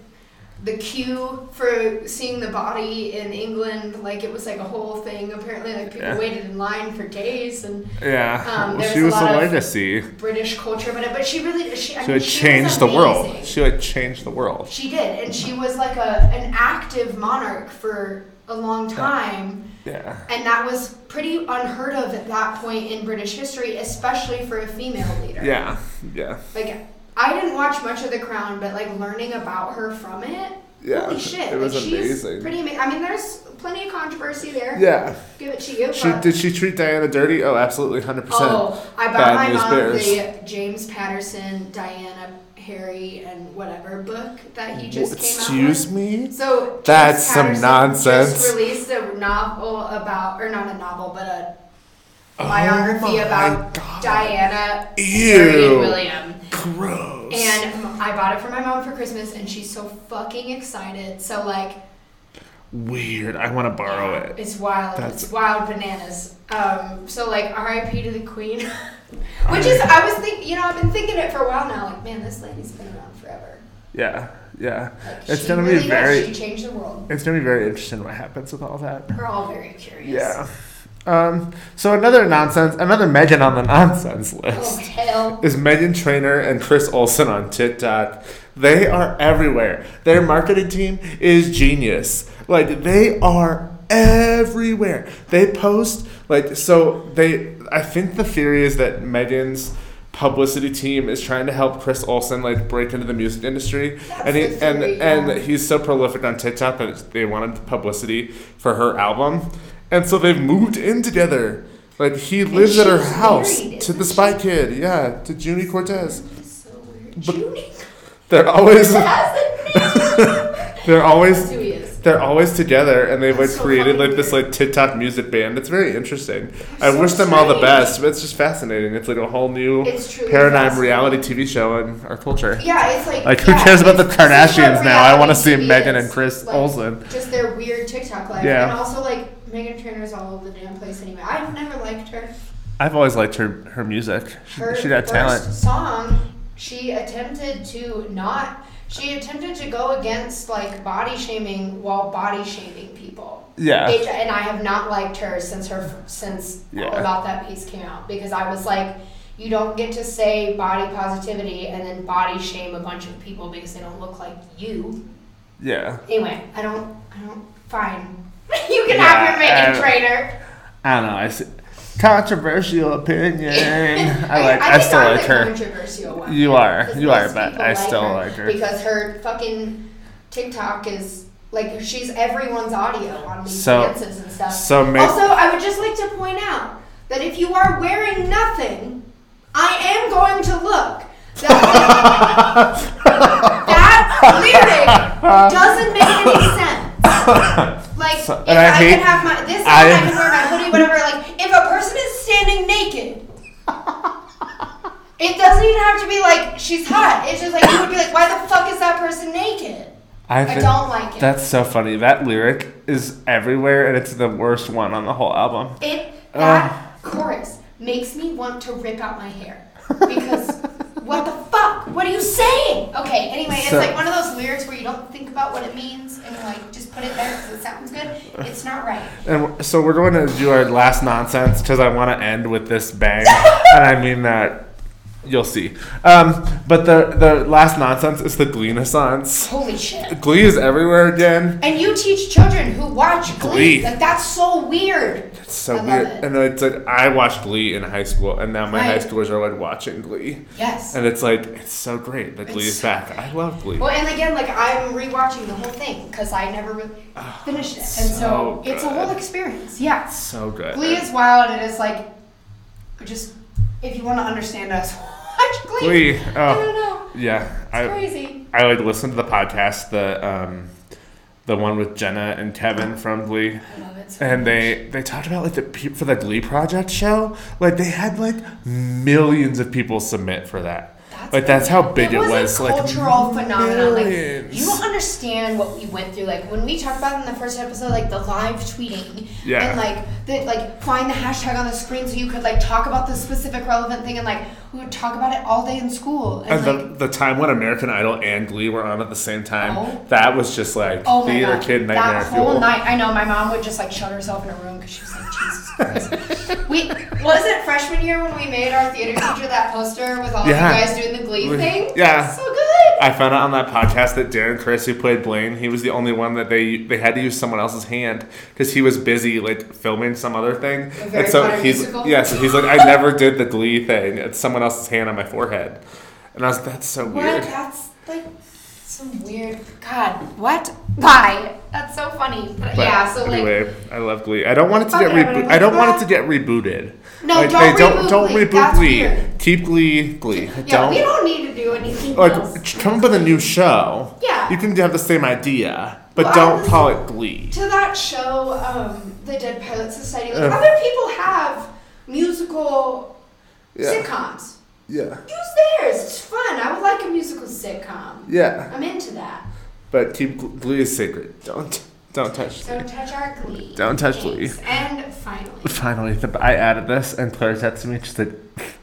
[SPEAKER 1] the queue for seeing the body in England, like it was like a whole thing. Apparently, like people
[SPEAKER 2] Yeah.
[SPEAKER 1] waited in line for days, and
[SPEAKER 2] Yeah,
[SPEAKER 1] Um,
[SPEAKER 2] Well,
[SPEAKER 1] there's
[SPEAKER 2] she
[SPEAKER 1] a
[SPEAKER 2] was the
[SPEAKER 1] lot of-
[SPEAKER 2] way to see.
[SPEAKER 1] British culture, but but she really she, I
[SPEAKER 2] She
[SPEAKER 1] mean,
[SPEAKER 2] would
[SPEAKER 1] she
[SPEAKER 2] change
[SPEAKER 1] was
[SPEAKER 2] the world.
[SPEAKER 1] amazing.
[SPEAKER 2] She would change the world.
[SPEAKER 1] She did, and she was like a an active monarch for a long time.
[SPEAKER 2] Yeah.
[SPEAKER 1] And that was pretty unheard of at that point in British history, especially for a female leader.
[SPEAKER 2] Yeah. Yeah.
[SPEAKER 1] Like, I didn't watch much of The Crown, but like learning about her from it,
[SPEAKER 3] Yeah,
[SPEAKER 1] holy shit!
[SPEAKER 3] it was
[SPEAKER 1] like,
[SPEAKER 3] amazing.
[SPEAKER 1] She's pretty amazing. I mean, there's plenty of controversy there.
[SPEAKER 2] Yeah.
[SPEAKER 1] Give it to you.
[SPEAKER 2] She
[SPEAKER 1] but,
[SPEAKER 2] did she treat Diana dirty? Oh, absolutely, hundred percent.
[SPEAKER 1] Oh, I bought
[SPEAKER 2] Bad
[SPEAKER 1] my
[SPEAKER 2] News
[SPEAKER 1] mom
[SPEAKER 2] Bears.
[SPEAKER 1] the James Patterson, Diana, Harry, and whatever book that he just came out.
[SPEAKER 2] Excuse
[SPEAKER 1] with.
[SPEAKER 2] me.
[SPEAKER 1] So James
[SPEAKER 2] That's some
[SPEAKER 1] Patterson
[SPEAKER 2] nonsense.
[SPEAKER 1] Just released a novel about, or not a novel, but a
[SPEAKER 2] Oh
[SPEAKER 1] biography
[SPEAKER 2] my
[SPEAKER 1] about
[SPEAKER 2] God.
[SPEAKER 1] Diana, Harry, and
[SPEAKER 2] Ew.
[SPEAKER 1] William.
[SPEAKER 2] Gross.
[SPEAKER 1] And m- I bought it for my mom for Christmas, and she's so fucking excited. So like,
[SPEAKER 2] Weird. I want to borrow it.
[SPEAKER 1] it's wild.
[SPEAKER 2] That's-
[SPEAKER 1] It's wild bananas. Um, so like, R.I.P. to the Queen, [LAUGHS] which is I was thinking, you know, I've been thinking it for a while now. Like, man, this lady's been around forever.
[SPEAKER 2] Yeah. Yeah.
[SPEAKER 1] Like,
[SPEAKER 2] It's
[SPEAKER 1] she
[SPEAKER 2] gonna
[SPEAKER 1] really
[SPEAKER 2] be
[SPEAKER 1] does.
[SPEAKER 2] very.
[SPEAKER 1] She changed the world.
[SPEAKER 2] It's gonna be very interesting what happens with all that.
[SPEAKER 1] We're all very curious.
[SPEAKER 2] Yeah. Um, so another nonsense, another Megan on the nonsense
[SPEAKER 1] Oh
[SPEAKER 2] list
[SPEAKER 1] hell.
[SPEAKER 2] is Megan Trainer and Chris Olsen on TikTok. They are everywhere. Their marketing team is genius. Like they are everywhere. They post like so they I think the theory is that Megan's publicity team is trying to help Chris Olsen like break into the music industry
[SPEAKER 1] That's
[SPEAKER 2] and he,
[SPEAKER 1] the
[SPEAKER 2] and
[SPEAKER 1] theory,
[SPEAKER 2] and
[SPEAKER 1] yeah.
[SPEAKER 2] he's so prolific on TikTok that they wanted publicity for her album. And so they've moved in together. Like he lives at her
[SPEAKER 1] she's
[SPEAKER 2] house
[SPEAKER 1] married,
[SPEAKER 2] to
[SPEAKER 1] isn't
[SPEAKER 2] the spy kid, yeah, to Junie Cortez.
[SPEAKER 1] It's so weird.
[SPEAKER 2] But-
[SPEAKER 1] Junie
[SPEAKER 2] They're
[SPEAKER 1] [LAUGHS]
[SPEAKER 2] always
[SPEAKER 1] has a name.
[SPEAKER 2] they're
[SPEAKER 1] That's
[SPEAKER 2] [LAUGHS] always
[SPEAKER 1] who he is.
[SPEAKER 2] they're always together and they've like
[SPEAKER 1] That's so
[SPEAKER 2] created
[SPEAKER 1] fucking
[SPEAKER 2] like this
[SPEAKER 1] weird.
[SPEAKER 2] like TikTok music band. It's very interesting. I
[SPEAKER 1] That's so
[SPEAKER 2] wish them all the
[SPEAKER 1] exciting.
[SPEAKER 2] best, but it's just fascinating. It's like a whole new
[SPEAKER 1] It's truly
[SPEAKER 2] paradigm
[SPEAKER 1] fascinating.
[SPEAKER 2] reality TV show in our culture.
[SPEAKER 1] Yeah, it's like
[SPEAKER 2] Like, who
[SPEAKER 1] yeah,
[SPEAKER 2] cares about
[SPEAKER 1] it's-
[SPEAKER 2] the
[SPEAKER 1] this is what
[SPEAKER 2] Kardashians now? I wanna
[SPEAKER 1] reality
[SPEAKER 2] see
[SPEAKER 1] TV
[SPEAKER 2] Meghan
[SPEAKER 1] is.
[SPEAKER 2] and Chris
[SPEAKER 1] Like,
[SPEAKER 2] Olsen.
[SPEAKER 1] Just their weird TikTok life,
[SPEAKER 2] Yeah.
[SPEAKER 1] and also like Megan Trainor's all over the damn place anyway. I've never liked her.
[SPEAKER 2] I've always liked her her music. She,
[SPEAKER 1] Her
[SPEAKER 2] she got
[SPEAKER 1] first
[SPEAKER 2] talent.
[SPEAKER 1] song, she attempted to not. She attempted to go against like body shaming while body shaming people.
[SPEAKER 2] Yeah.
[SPEAKER 1] H- and I have not liked her since her since
[SPEAKER 2] Yeah.
[SPEAKER 1] all about that piece came out because I was like, you don't get to say body positivity and then body shame a bunch of people because they don't look like you.
[SPEAKER 2] Yeah.
[SPEAKER 1] Anyway, I don't. I don't. Fine. [LAUGHS] you can
[SPEAKER 2] Yeah,
[SPEAKER 1] have your
[SPEAKER 2] I-
[SPEAKER 1] Megan Trainer.
[SPEAKER 2] I don't know. I see. Controversial opinion.
[SPEAKER 1] [LAUGHS]
[SPEAKER 2] I like. I,
[SPEAKER 1] think
[SPEAKER 2] still
[SPEAKER 1] I'm
[SPEAKER 2] like
[SPEAKER 1] the
[SPEAKER 2] her.
[SPEAKER 1] Controversial one.
[SPEAKER 2] You are.
[SPEAKER 1] Because
[SPEAKER 2] You are,
[SPEAKER 1] most
[SPEAKER 2] but
[SPEAKER 1] people
[SPEAKER 2] I still like her.
[SPEAKER 1] because her fucking TikTok is like she's everyone's audio on these
[SPEAKER 2] So-
[SPEAKER 1] dances and stuff.
[SPEAKER 2] so ma-
[SPEAKER 1] also, I would just like to point out that if you are wearing nothing, I am going to look. That, [LAUGHS] that
[SPEAKER 2] [LAUGHS]
[SPEAKER 1] lyric doesn't make any sense. Like,
[SPEAKER 2] So-
[SPEAKER 1] if
[SPEAKER 2] and I
[SPEAKER 1] I,
[SPEAKER 2] hate-
[SPEAKER 1] can have my this, and
[SPEAKER 2] I-
[SPEAKER 1] I can wear my hoodie, whatever. Like, if a person is standing
[SPEAKER 2] [LAUGHS]
[SPEAKER 1] naked. It doesn't even have to be like she's hot. It's just like you would be like, why the fuck is that person naked?
[SPEAKER 2] I,
[SPEAKER 1] I don't like it.
[SPEAKER 2] That's so funny. That lyric is everywhere, and it's the worst one on the whole album.
[SPEAKER 1] It
[SPEAKER 2] Uh.
[SPEAKER 1] that chorus makes me want to rip out my hair
[SPEAKER 2] [LAUGHS]
[SPEAKER 1] because what the fuck? What are you saying? Okay. Anyway, it's
[SPEAKER 2] So-
[SPEAKER 1] like one of those lyrics where you don't think about what it means and you're like just put it there because it sounds good. It's not right.
[SPEAKER 2] And w- so we're going to do our last nonsense because I want to end with
[SPEAKER 1] [LAUGHS]
[SPEAKER 2] this bang, and I mean that. You'll see. Um, but the the last nonsense is the Gleenaissance.
[SPEAKER 1] Holy shit.
[SPEAKER 2] Glee is everywhere again.
[SPEAKER 1] And you teach children who watch Glee.
[SPEAKER 2] Glee.
[SPEAKER 1] Like that's so weird.
[SPEAKER 2] It's so
[SPEAKER 1] I love
[SPEAKER 2] weird.
[SPEAKER 1] it.
[SPEAKER 2] And it's like I watched Glee in high school, and now my high
[SPEAKER 1] Right.
[SPEAKER 2] schoolers are like watching Glee.
[SPEAKER 1] Yes.
[SPEAKER 2] And it's like it's so great that Glee
[SPEAKER 1] It's
[SPEAKER 2] is
[SPEAKER 1] so
[SPEAKER 2] back. I love Glee.
[SPEAKER 1] Well, and again, like I'm rewatching the whole thing because I never really finished it, and
[SPEAKER 2] Ah,
[SPEAKER 1] so,
[SPEAKER 2] so
[SPEAKER 1] it's a whole
[SPEAKER 2] good.
[SPEAKER 1] experience. Yeah,
[SPEAKER 2] so good.
[SPEAKER 1] Glee is wild, and it's like just if you want to understand us, [LAUGHS] watch Glee.
[SPEAKER 2] Glee. Oh,
[SPEAKER 1] I don't know.
[SPEAKER 2] yeah.
[SPEAKER 1] It's
[SPEAKER 2] I
[SPEAKER 1] crazy.
[SPEAKER 2] I like listened to the podcast the um the one with Jenna and Kevin from Glee.
[SPEAKER 1] I love it. so
[SPEAKER 2] And
[SPEAKER 1] much.
[SPEAKER 2] they they talked about like the pe- for the Glee Project show, like they had like millions of people submit for that.
[SPEAKER 1] That's That's
[SPEAKER 2] Like, that's how big it
[SPEAKER 1] was,
[SPEAKER 2] was,
[SPEAKER 1] A
[SPEAKER 2] like,
[SPEAKER 1] cultural phenomenon. Like
[SPEAKER 2] millions.
[SPEAKER 1] you don't understand what we went through. Like when we talked about it in the first episode, like the live tweeting
[SPEAKER 2] Yeah.
[SPEAKER 1] and like the like find the hashtag on the screen so you could like talk about the specific relevant thing and like we would talk about it all day in school. And,
[SPEAKER 2] And
[SPEAKER 1] like,
[SPEAKER 2] the, the time when American Idol and Glee were on at the same time,
[SPEAKER 1] Oh.
[SPEAKER 2] that was just like
[SPEAKER 1] Oh my
[SPEAKER 2] theater
[SPEAKER 1] god!
[SPEAKER 2] kid nightmare
[SPEAKER 1] that whole
[SPEAKER 2] fuel.
[SPEAKER 1] night, I know my mom would just like shut herself in a room because she was like, "Jesus Christ." we wasn't it freshman year when we made our theater teacher that poster with all
[SPEAKER 2] Yeah.
[SPEAKER 1] you guys doing the Glee
[SPEAKER 2] We-
[SPEAKER 1] thing.
[SPEAKER 2] yeah.
[SPEAKER 1] so good.
[SPEAKER 2] I found out on that podcast that Darren Chris, who played Blaine, he was the only one that they they had to use someone else's hand because he was busy like filming some other thing.
[SPEAKER 1] A Harry
[SPEAKER 2] and so
[SPEAKER 1] Potter
[SPEAKER 2] he's
[SPEAKER 1] musical?
[SPEAKER 2] yeah, so he's like, I never did the Glee thing. It's someone else's hand on my forehead, and I was that's so
[SPEAKER 1] What?
[SPEAKER 2] weird.
[SPEAKER 1] That's like some weird. God, what? Why? That's so funny. But,
[SPEAKER 2] But
[SPEAKER 1] yeah. So like,
[SPEAKER 2] anyway, I love Glee. I don't want it to
[SPEAKER 1] Okay,
[SPEAKER 2] get
[SPEAKER 1] but
[SPEAKER 2] rebo-
[SPEAKER 1] I'm
[SPEAKER 2] I don't
[SPEAKER 1] like,
[SPEAKER 2] want it to get rebooted.
[SPEAKER 1] No,
[SPEAKER 2] Like,
[SPEAKER 1] don't
[SPEAKER 2] they don't
[SPEAKER 1] reboot
[SPEAKER 2] don't
[SPEAKER 1] Glee.
[SPEAKER 2] reboot
[SPEAKER 1] That's
[SPEAKER 2] Glee.
[SPEAKER 1] weird.
[SPEAKER 2] Keep Glee Glee.
[SPEAKER 1] yeah,
[SPEAKER 2] don't
[SPEAKER 1] we don't need to do anything else.
[SPEAKER 2] like come up with a new show.
[SPEAKER 1] Yeah.
[SPEAKER 2] You can have the same idea, but
[SPEAKER 1] Well,
[SPEAKER 2] don't
[SPEAKER 1] I-
[SPEAKER 2] call it Glee.
[SPEAKER 1] to that show, um, the Dead Pilot Society. Like
[SPEAKER 2] Ugh.
[SPEAKER 1] other people have musical
[SPEAKER 3] Yeah.
[SPEAKER 1] sitcoms.
[SPEAKER 3] Yeah.
[SPEAKER 1] Use theirs. It's fun. I would like a musical sitcom.
[SPEAKER 3] Yeah.
[SPEAKER 1] I'm into that.
[SPEAKER 2] But keep Gl- Glee is sacred. Don't don't touch
[SPEAKER 1] So
[SPEAKER 2] Glee.
[SPEAKER 1] touch our glee.
[SPEAKER 2] Don't touch
[SPEAKER 1] Thanks. And finally,
[SPEAKER 2] [LAUGHS] Finally, the, I added this, and Claire texted me. She said,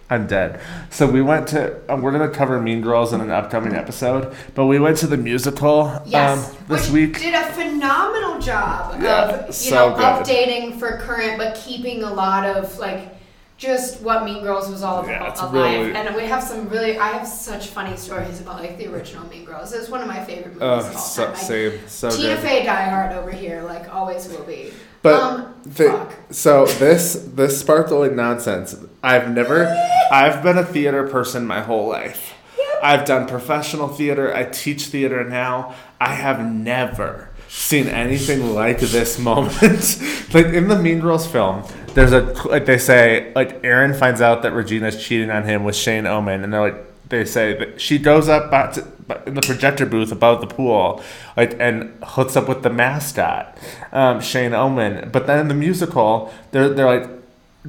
[SPEAKER 2] "I'm dead." So we went to. Um, we're gonna cover Mean Girls in an upcoming episode, but we went to the musical
[SPEAKER 1] yes,
[SPEAKER 2] um, this
[SPEAKER 1] which
[SPEAKER 2] week.
[SPEAKER 1] did a phenomenal job
[SPEAKER 2] Yeah,
[SPEAKER 1] of you
[SPEAKER 2] so
[SPEAKER 1] know
[SPEAKER 2] good.
[SPEAKER 1] updating for current, but keeping a lot of like. Just what Mean Girls was all about
[SPEAKER 2] Yeah, it's
[SPEAKER 1] alive,
[SPEAKER 2] really-
[SPEAKER 1] and we have some really. I have such funny stories about like the original Mean Girls. It's one of my favorite movies
[SPEAKER 2] Oh,
[SPEAKER 1] of all
[SPEAKER 2] so,
[SPEAKER 1] time. I
[SPEAKER 2] same, so
[SPEAKER 1] Tina
[SPEAKER 2] good.
[SPEAKER 1] Fey diehard over here, like always will be.
[SPEAKER 3] But
[SPEAKER 1] um,
[SPEAKER 3] the-
[SPEAKER 1] fuck.
[SPEAKER 2] So this this sparkling nonsense. I've never. I've been a theater person my whole life. I've done professional theater. I teach theater now. I have never seen anything like this [LAUGHS] moment. like in the Mean Girls film, there's a like they say like Aaron finds out that Regina's cheating on him with Shane Omen, and they're like they say that she goes up out to- but in the projector booth above the pool, like and hooks up with the mascot, um, Shane Omen. But then in the musical, they're they're like.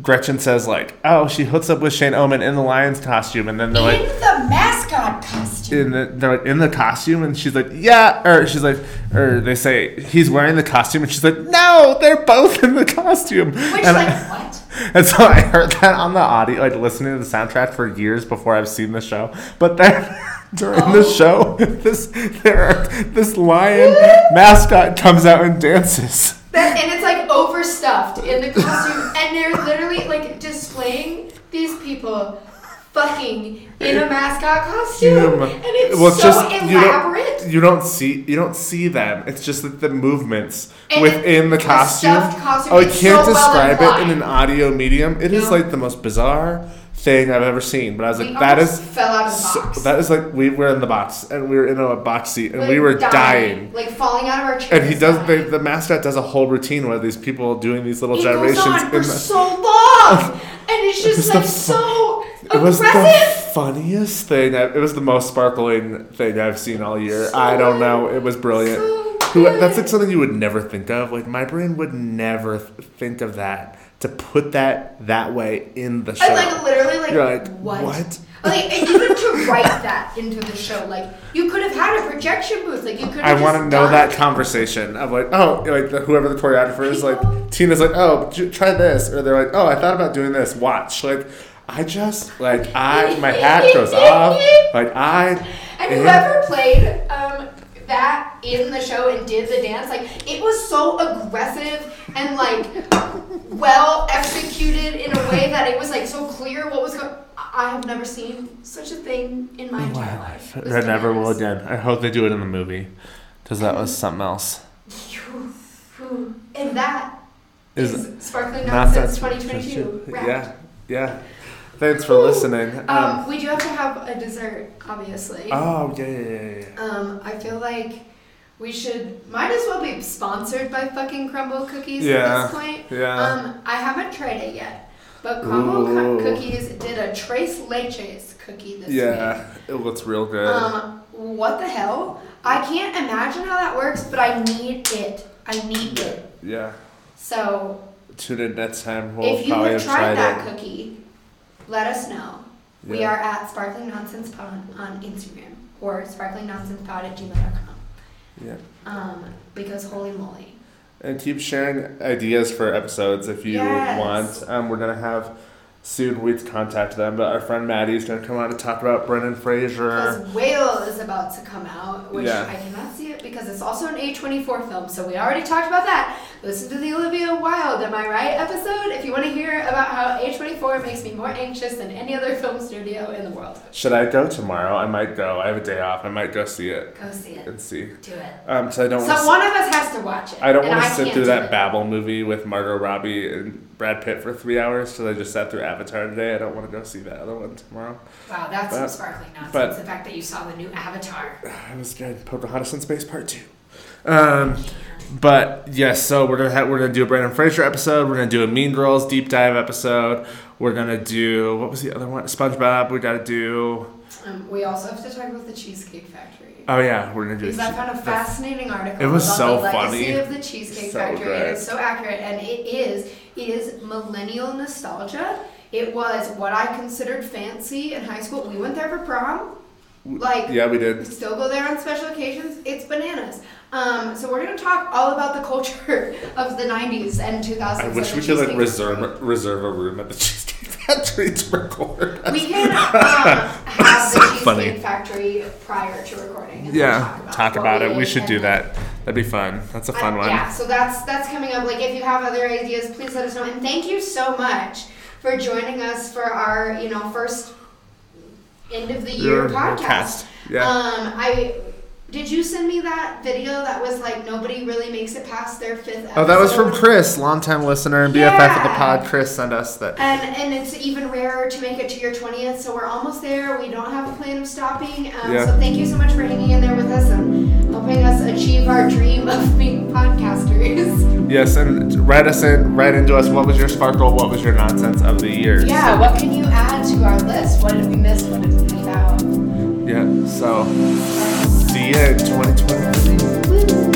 [SPEAKER 2] Gretchen says like, "Oh, she hooks up with Shane Omen in the lion's costume," and then they're like,
[SPEAKER 1] in the mascot costume.
[SPEAKER 2] in the they're like in the costume and she's like yeah or she's like or they say he's wearing the costume and she's like no they're both in the costume
[SPEAKER 1] Which,
[SPEAKER 2] and,
[SPEAKER 1] like,
[SPEAKER 2] I-
[SPEAKER 1] what?
[SPEAKER 2] [LAUGHS] and so I heard that on the audio like listening to the soundtrack for years before I've seen the show but then [LAUGHS] during the
[SPEAKER 1] Oh.
[SPEAKER 2] show [LAUGHS] this there are, this lion mascot comes out and dances
[SPEAKER 1] That, and it's like overstuffed in the costume, and they're literally like displaying these people fucking in a mascot costume, and it's
[SPEAKER 2] Well,
[SPEAKER 1] so
[SPEAKER 2] you don't-
[SPEAKER 1] elaborate.
[SPEAKER 2] you don't see you don't see them it's just that the movements
[SPEAKER 1] And
[SPEAKER 2] within the
[SPEAKER 1] the
[SPEAKER 2] costume,
[SPEAKER 1] stuffed costume
[SPEAKER 2] oh i
[SPEAKER 1] is
[SPEAKER 2] can't
[SPEAKER 1] so well
[SPEAKER 2] describe it
[SPEAKER 1] implied.
[SPEAKER 2] in an audio medium It is
[SPEAKER 1] No.
[SPEAKER 2] like the most bizarre thing i've ever seen but i was
[SPEAKER 1] We
[SPEAKER 2] like that
[SPEAKER 1] almost
[SPEAKER 2] is
[SPEAKER 1] fell out of the
[SPEAKER 2] so-
[SPEAKER 1] box.
[SPEAKER 2] that is like we were in the box and we were in a box seat and
[SPEAKER 1] Like,
[SPEAKER 2] we were dying.
[SPEAKER 1] like falling out of our chairs.
[SPEAKER 2] and he does
[SPEAKER 1] dying.
[SPEAKER 2] the, the mascot does a whole routine where these people doing these little
[SPEAKER 1] it goes
[SPEAKER 2] gyrations
[SPEAKER 1] on for
[SPEAKER 2] in the,
[SPEAKER 1] so
[SPEAKER 2] [LAUGHS]
[SPEAKER 1] long, and it's
[SPEAKER 2] It
[SPEAKER 1] just
[SPEAKER 2] was the
[SPEAKER 1] like
[SPEAKER 2] fu-
[SPEAKER 1] so
[SPEAKER 2] it was [LAUGHS]
[SPEAKER 1] aggressive.
[SPEAKER 2] the funniest thing. I- It was the most sparkling thing I've seen all year.
[SPEAKER 1] So
[SPEAKER 2] I don't
[SPEAKER 1] good.
[SPEAKER 2] know. It was brilliant.
[SPEAKER 1] So
[SPEAKER 2] Who, that's
[SPEAKER 1] good.
[SPEAKER 2] like something you would never think of. Like my brain would never th- think of that to put that that way in the show.
[SPEAKER 1] And like literally, like,
[SPEAKER 2] You're like,
[SPEAKER 1] what?
[SPEAKER 2] what?
[SPEAKER 1] Like and even to write that into the show, like you could have had a projection booth, like you could.
[SPEAKER 2] I
[SPEAKER 1] have
[SPEAKER 2] want to
[SPEAKER 1] just
[SPEAKER 2] know
[SPEAKER 1] done-
[SPEAKER 2] that conversation of like, oh, like the, whoever the choreographer is, like
[SPEAKER 1] People-
[SPEAKER 2] Tina's like, oh, j- try this, or they're like, oh, I thought about doing this. Watch, like, I just like I my hat
[SPEAKER 1] [LAUGHS]
[SPEAKER 2] goes off, like I.
[SPEAKER 1] And
[SPEAKER 2] am-
[SPEAKER 1] whoever played um, that in the show and did the dance, like it was so aggressive and like well executed in a way that it was like so clear what was going. I I have never seen such a thing in my entire life. It was
[SPEAKER 2] I never will
[SPEAKER 1] bananas.
[SPEAKER 2] again. I hope they do it in the movie, because that was something else.
[SPEAKER 1] You- And that
[SPEAKER 2] Is
[SPEAKER 1] is, Sparkling
[SPEAKER 2] Nonsense
[SPEAKER 1] Nonsense 2022. wrapped.
[SPEAKER 2] Yeah, yeah. Thanks for listening. Um,
[SPEAKER 1] Um, we do have to have a dessert, obviously.
[SPEAKER 2] oh yeah, yeah, yeah, yeah.
[SPEAKER 1] Um, I feel like we should might as well be sponsored by fucking crumble cookies
[SPEAKER 2] Yeah,
[SPEAKER 1] at this point.
[SPEAKER 2] yeah.
[SPEAKER 1] Um, I haven't tried it yet, but crumble
[SPEAKER 2] Ooh.
[SPEAKER 1] Cu- cookies did a tres leches cookie this week.
[SPEAKER 2] Yeah, it looks real good.
[SPEAKER 1] Um, what the hell? I can't imagine how that works, but I need it. I need it.
[SPEAKER 2] yeah.
[SPEAKER 1] So
[SPEAKER 2] Tune in next time. We'll
[SPEAKER 1] if you
[SPEAKER 2] probably
[SPEAKER 1] have
[SPEAKER 2] have
[SPEAKER 1] tried that
[SPEAKER 2] it.
[SPEAKER 1] cookie, let us know. We are at Sparkling Nonsense Pod on Instagram or sparklingnonsencepod at gmail.com.
[SPEAKER 2] Yeah.
[SPEAKER 1] Um, because holy moly.
[SPEAKER 2] And keep sharing ideas for episodes if you
[SPEAKER 1] Yes.
[SPEAKER 2] want. Um, we're gonna have soon we contact them, but our friend Maddie's gonna come on to talk about Brendan
[SPEAKER 1] Because
[SPEAKER 2] Fraser.
[SPEAKER 1] Whale is about to come out, which
[SPEAKER 2] Uh. Yeah.
[SPEAKER 1] I cannot see it because it's also an A24 film, so we already talked about that. Listen to the Olivia Wilde, Am I Right episode if you want to hear about how A24 makes me more anxious than any other film studio in the world.
[SPEAKER 2] Should I go tomorrow? I might go. I have a day off. I might go see it
[SPEAKER 1] Go see it.
[SPEAKER 2] and see.
[SPEAKER 1] Do it.
[SPEAKER 2] Um, so I don't. wanna
[SPEAKER 1] So one of us has to watch it.
[SPEAKER 2] I don't
[SPEAKER 1] and
[SPEAKER 2] want to sit
[SPEAKER 1] can't
[SPEAKER 2] through
[SPEAKER 1] do
[SPEAKER 2] that
[SPEAKER 1] it.
[SPEAKER 2] Babel movie with Margot Robbie and Brad Pitt for three hours because I just sat through Avatar today. I don't want to go see that other one tomorrow.
[SPEAKER 1] Wow, that's some
[SPEAKER 2] But-
[SPEAKER 1] sparkling nonsense.
[SPEAKER 2] but-
[SPEAKER 1] the fact that you saw the new Avatar.
[SPEAKER 2] I was good. Pocahontas in Space Part Two. Um, but yes, so we're gonna ha- we're gonna do a Brandon Fraser episode. We're gonna do a Mean Girls deep dive episode. We're gonna do what was the other one? SpongeBob. We gotta do.
[SPEAKER 1] Um, we also have to talk about the Cheesecake Factory.
[SPEAKER 2] Oh yeah, we're gonna do.
[SPEAKER 1] Because I found a fascinating article.
[SPEAKER 2] It was
[SPEAKER 1] about
[SPEAKER 2] so
[SPEAKER 1] the legacy
[SPEAKER 2] funny.
[SPEAKER 1] of the Cheesecake
[SPEAKER 2] So
[SPEAKER 1] Factory, and
[SPEAKER 2] good.
[SPEAKER 1] it's so accurate, and it is it is millennial nostalgia. It was what I considered fancy in high school. We went there for prom. Like
[SPEAKER 2] yeah, we
[SPEAKER 1] we
[SPEAKER 2] did.
[SPEAKER 1] still go there on special occasions. It's bananas. Um, so we're gonna talk all about the culture [LAUGHS] of the '90s and 2000s.
[SPEAKER 2] I
[SPEAKER 1] of
[SPEAKER 2] wish
[SPEAKER 1] the
[SPEAKER 2] we could like
[SPEAKER 1] Cheesecake
[SPEAKER 2] reserve reserve a room at the [LAUGHS] Cheesecake Factory to record.
[SPEAKER 1] Factory. We
[SPEAKER 2] [LAUGHS]
[SPEAKER 1] can um, have the
[SPEAKER 2] So
[SPEAKER 1] Cheesecake
[SPEAKER 2] funny.
[SPEAKER 1] Factory prior to recording. and
[SPEAKER 2] Yeah, Uh, talk
[SPEAKER 1] what
[SPEAKER 2] about it. We
[SPEAKER 1] ate
[SPEAKER 2] should
[SPEAKER 1] and
[SPEAKER 2] do
[SPEAKER 1] then-
[SPEAKER 2] that. That'd be fun. That's a
[SPEAKER 1] I-
[SPEAKER 2] fun one.
[SPEAKER 1] Yeah, so that's that's coming up. Like if you have other ideas, please let us know. And thank you so much for joining us for our, you know, first end of the year
[SPEAKER 2] Your Uh,
[SPEAKER 1] podcast.
[SPEAKER 2] cast, yeah.
[SPEAKER 1] Um I did you send me that video that was like nobody really makes it past their fifth episode?
[SPEAKER 2] Oh, that was from Chris, longtime listener and BFF of the
[SPEAKER 1] Yeah.
[SPEAKER 2] pod. Chris sent us that.
[SPEAKER 1] And and it's even rarer to make it to your 20th, so we're almost there. We don't have a plan of stopping. Um,
[SPEAKER 2] Yeah.
[SPEAKER 1] So thank you so much for hanging in there with us and helping us achieve our dream of being podcasters. [LAUGHS]
[SPEAKER 2] Yes, and write us in, write into us. What was your sparkle? What was your nonsense of the year?
[SPEAKER 1] Yeah, what can you add to our list? What did we miss? What did we leave out?
[SPEAKER 2] Yeah. So, see you in 2023.
[SPEAKER 1] Woo.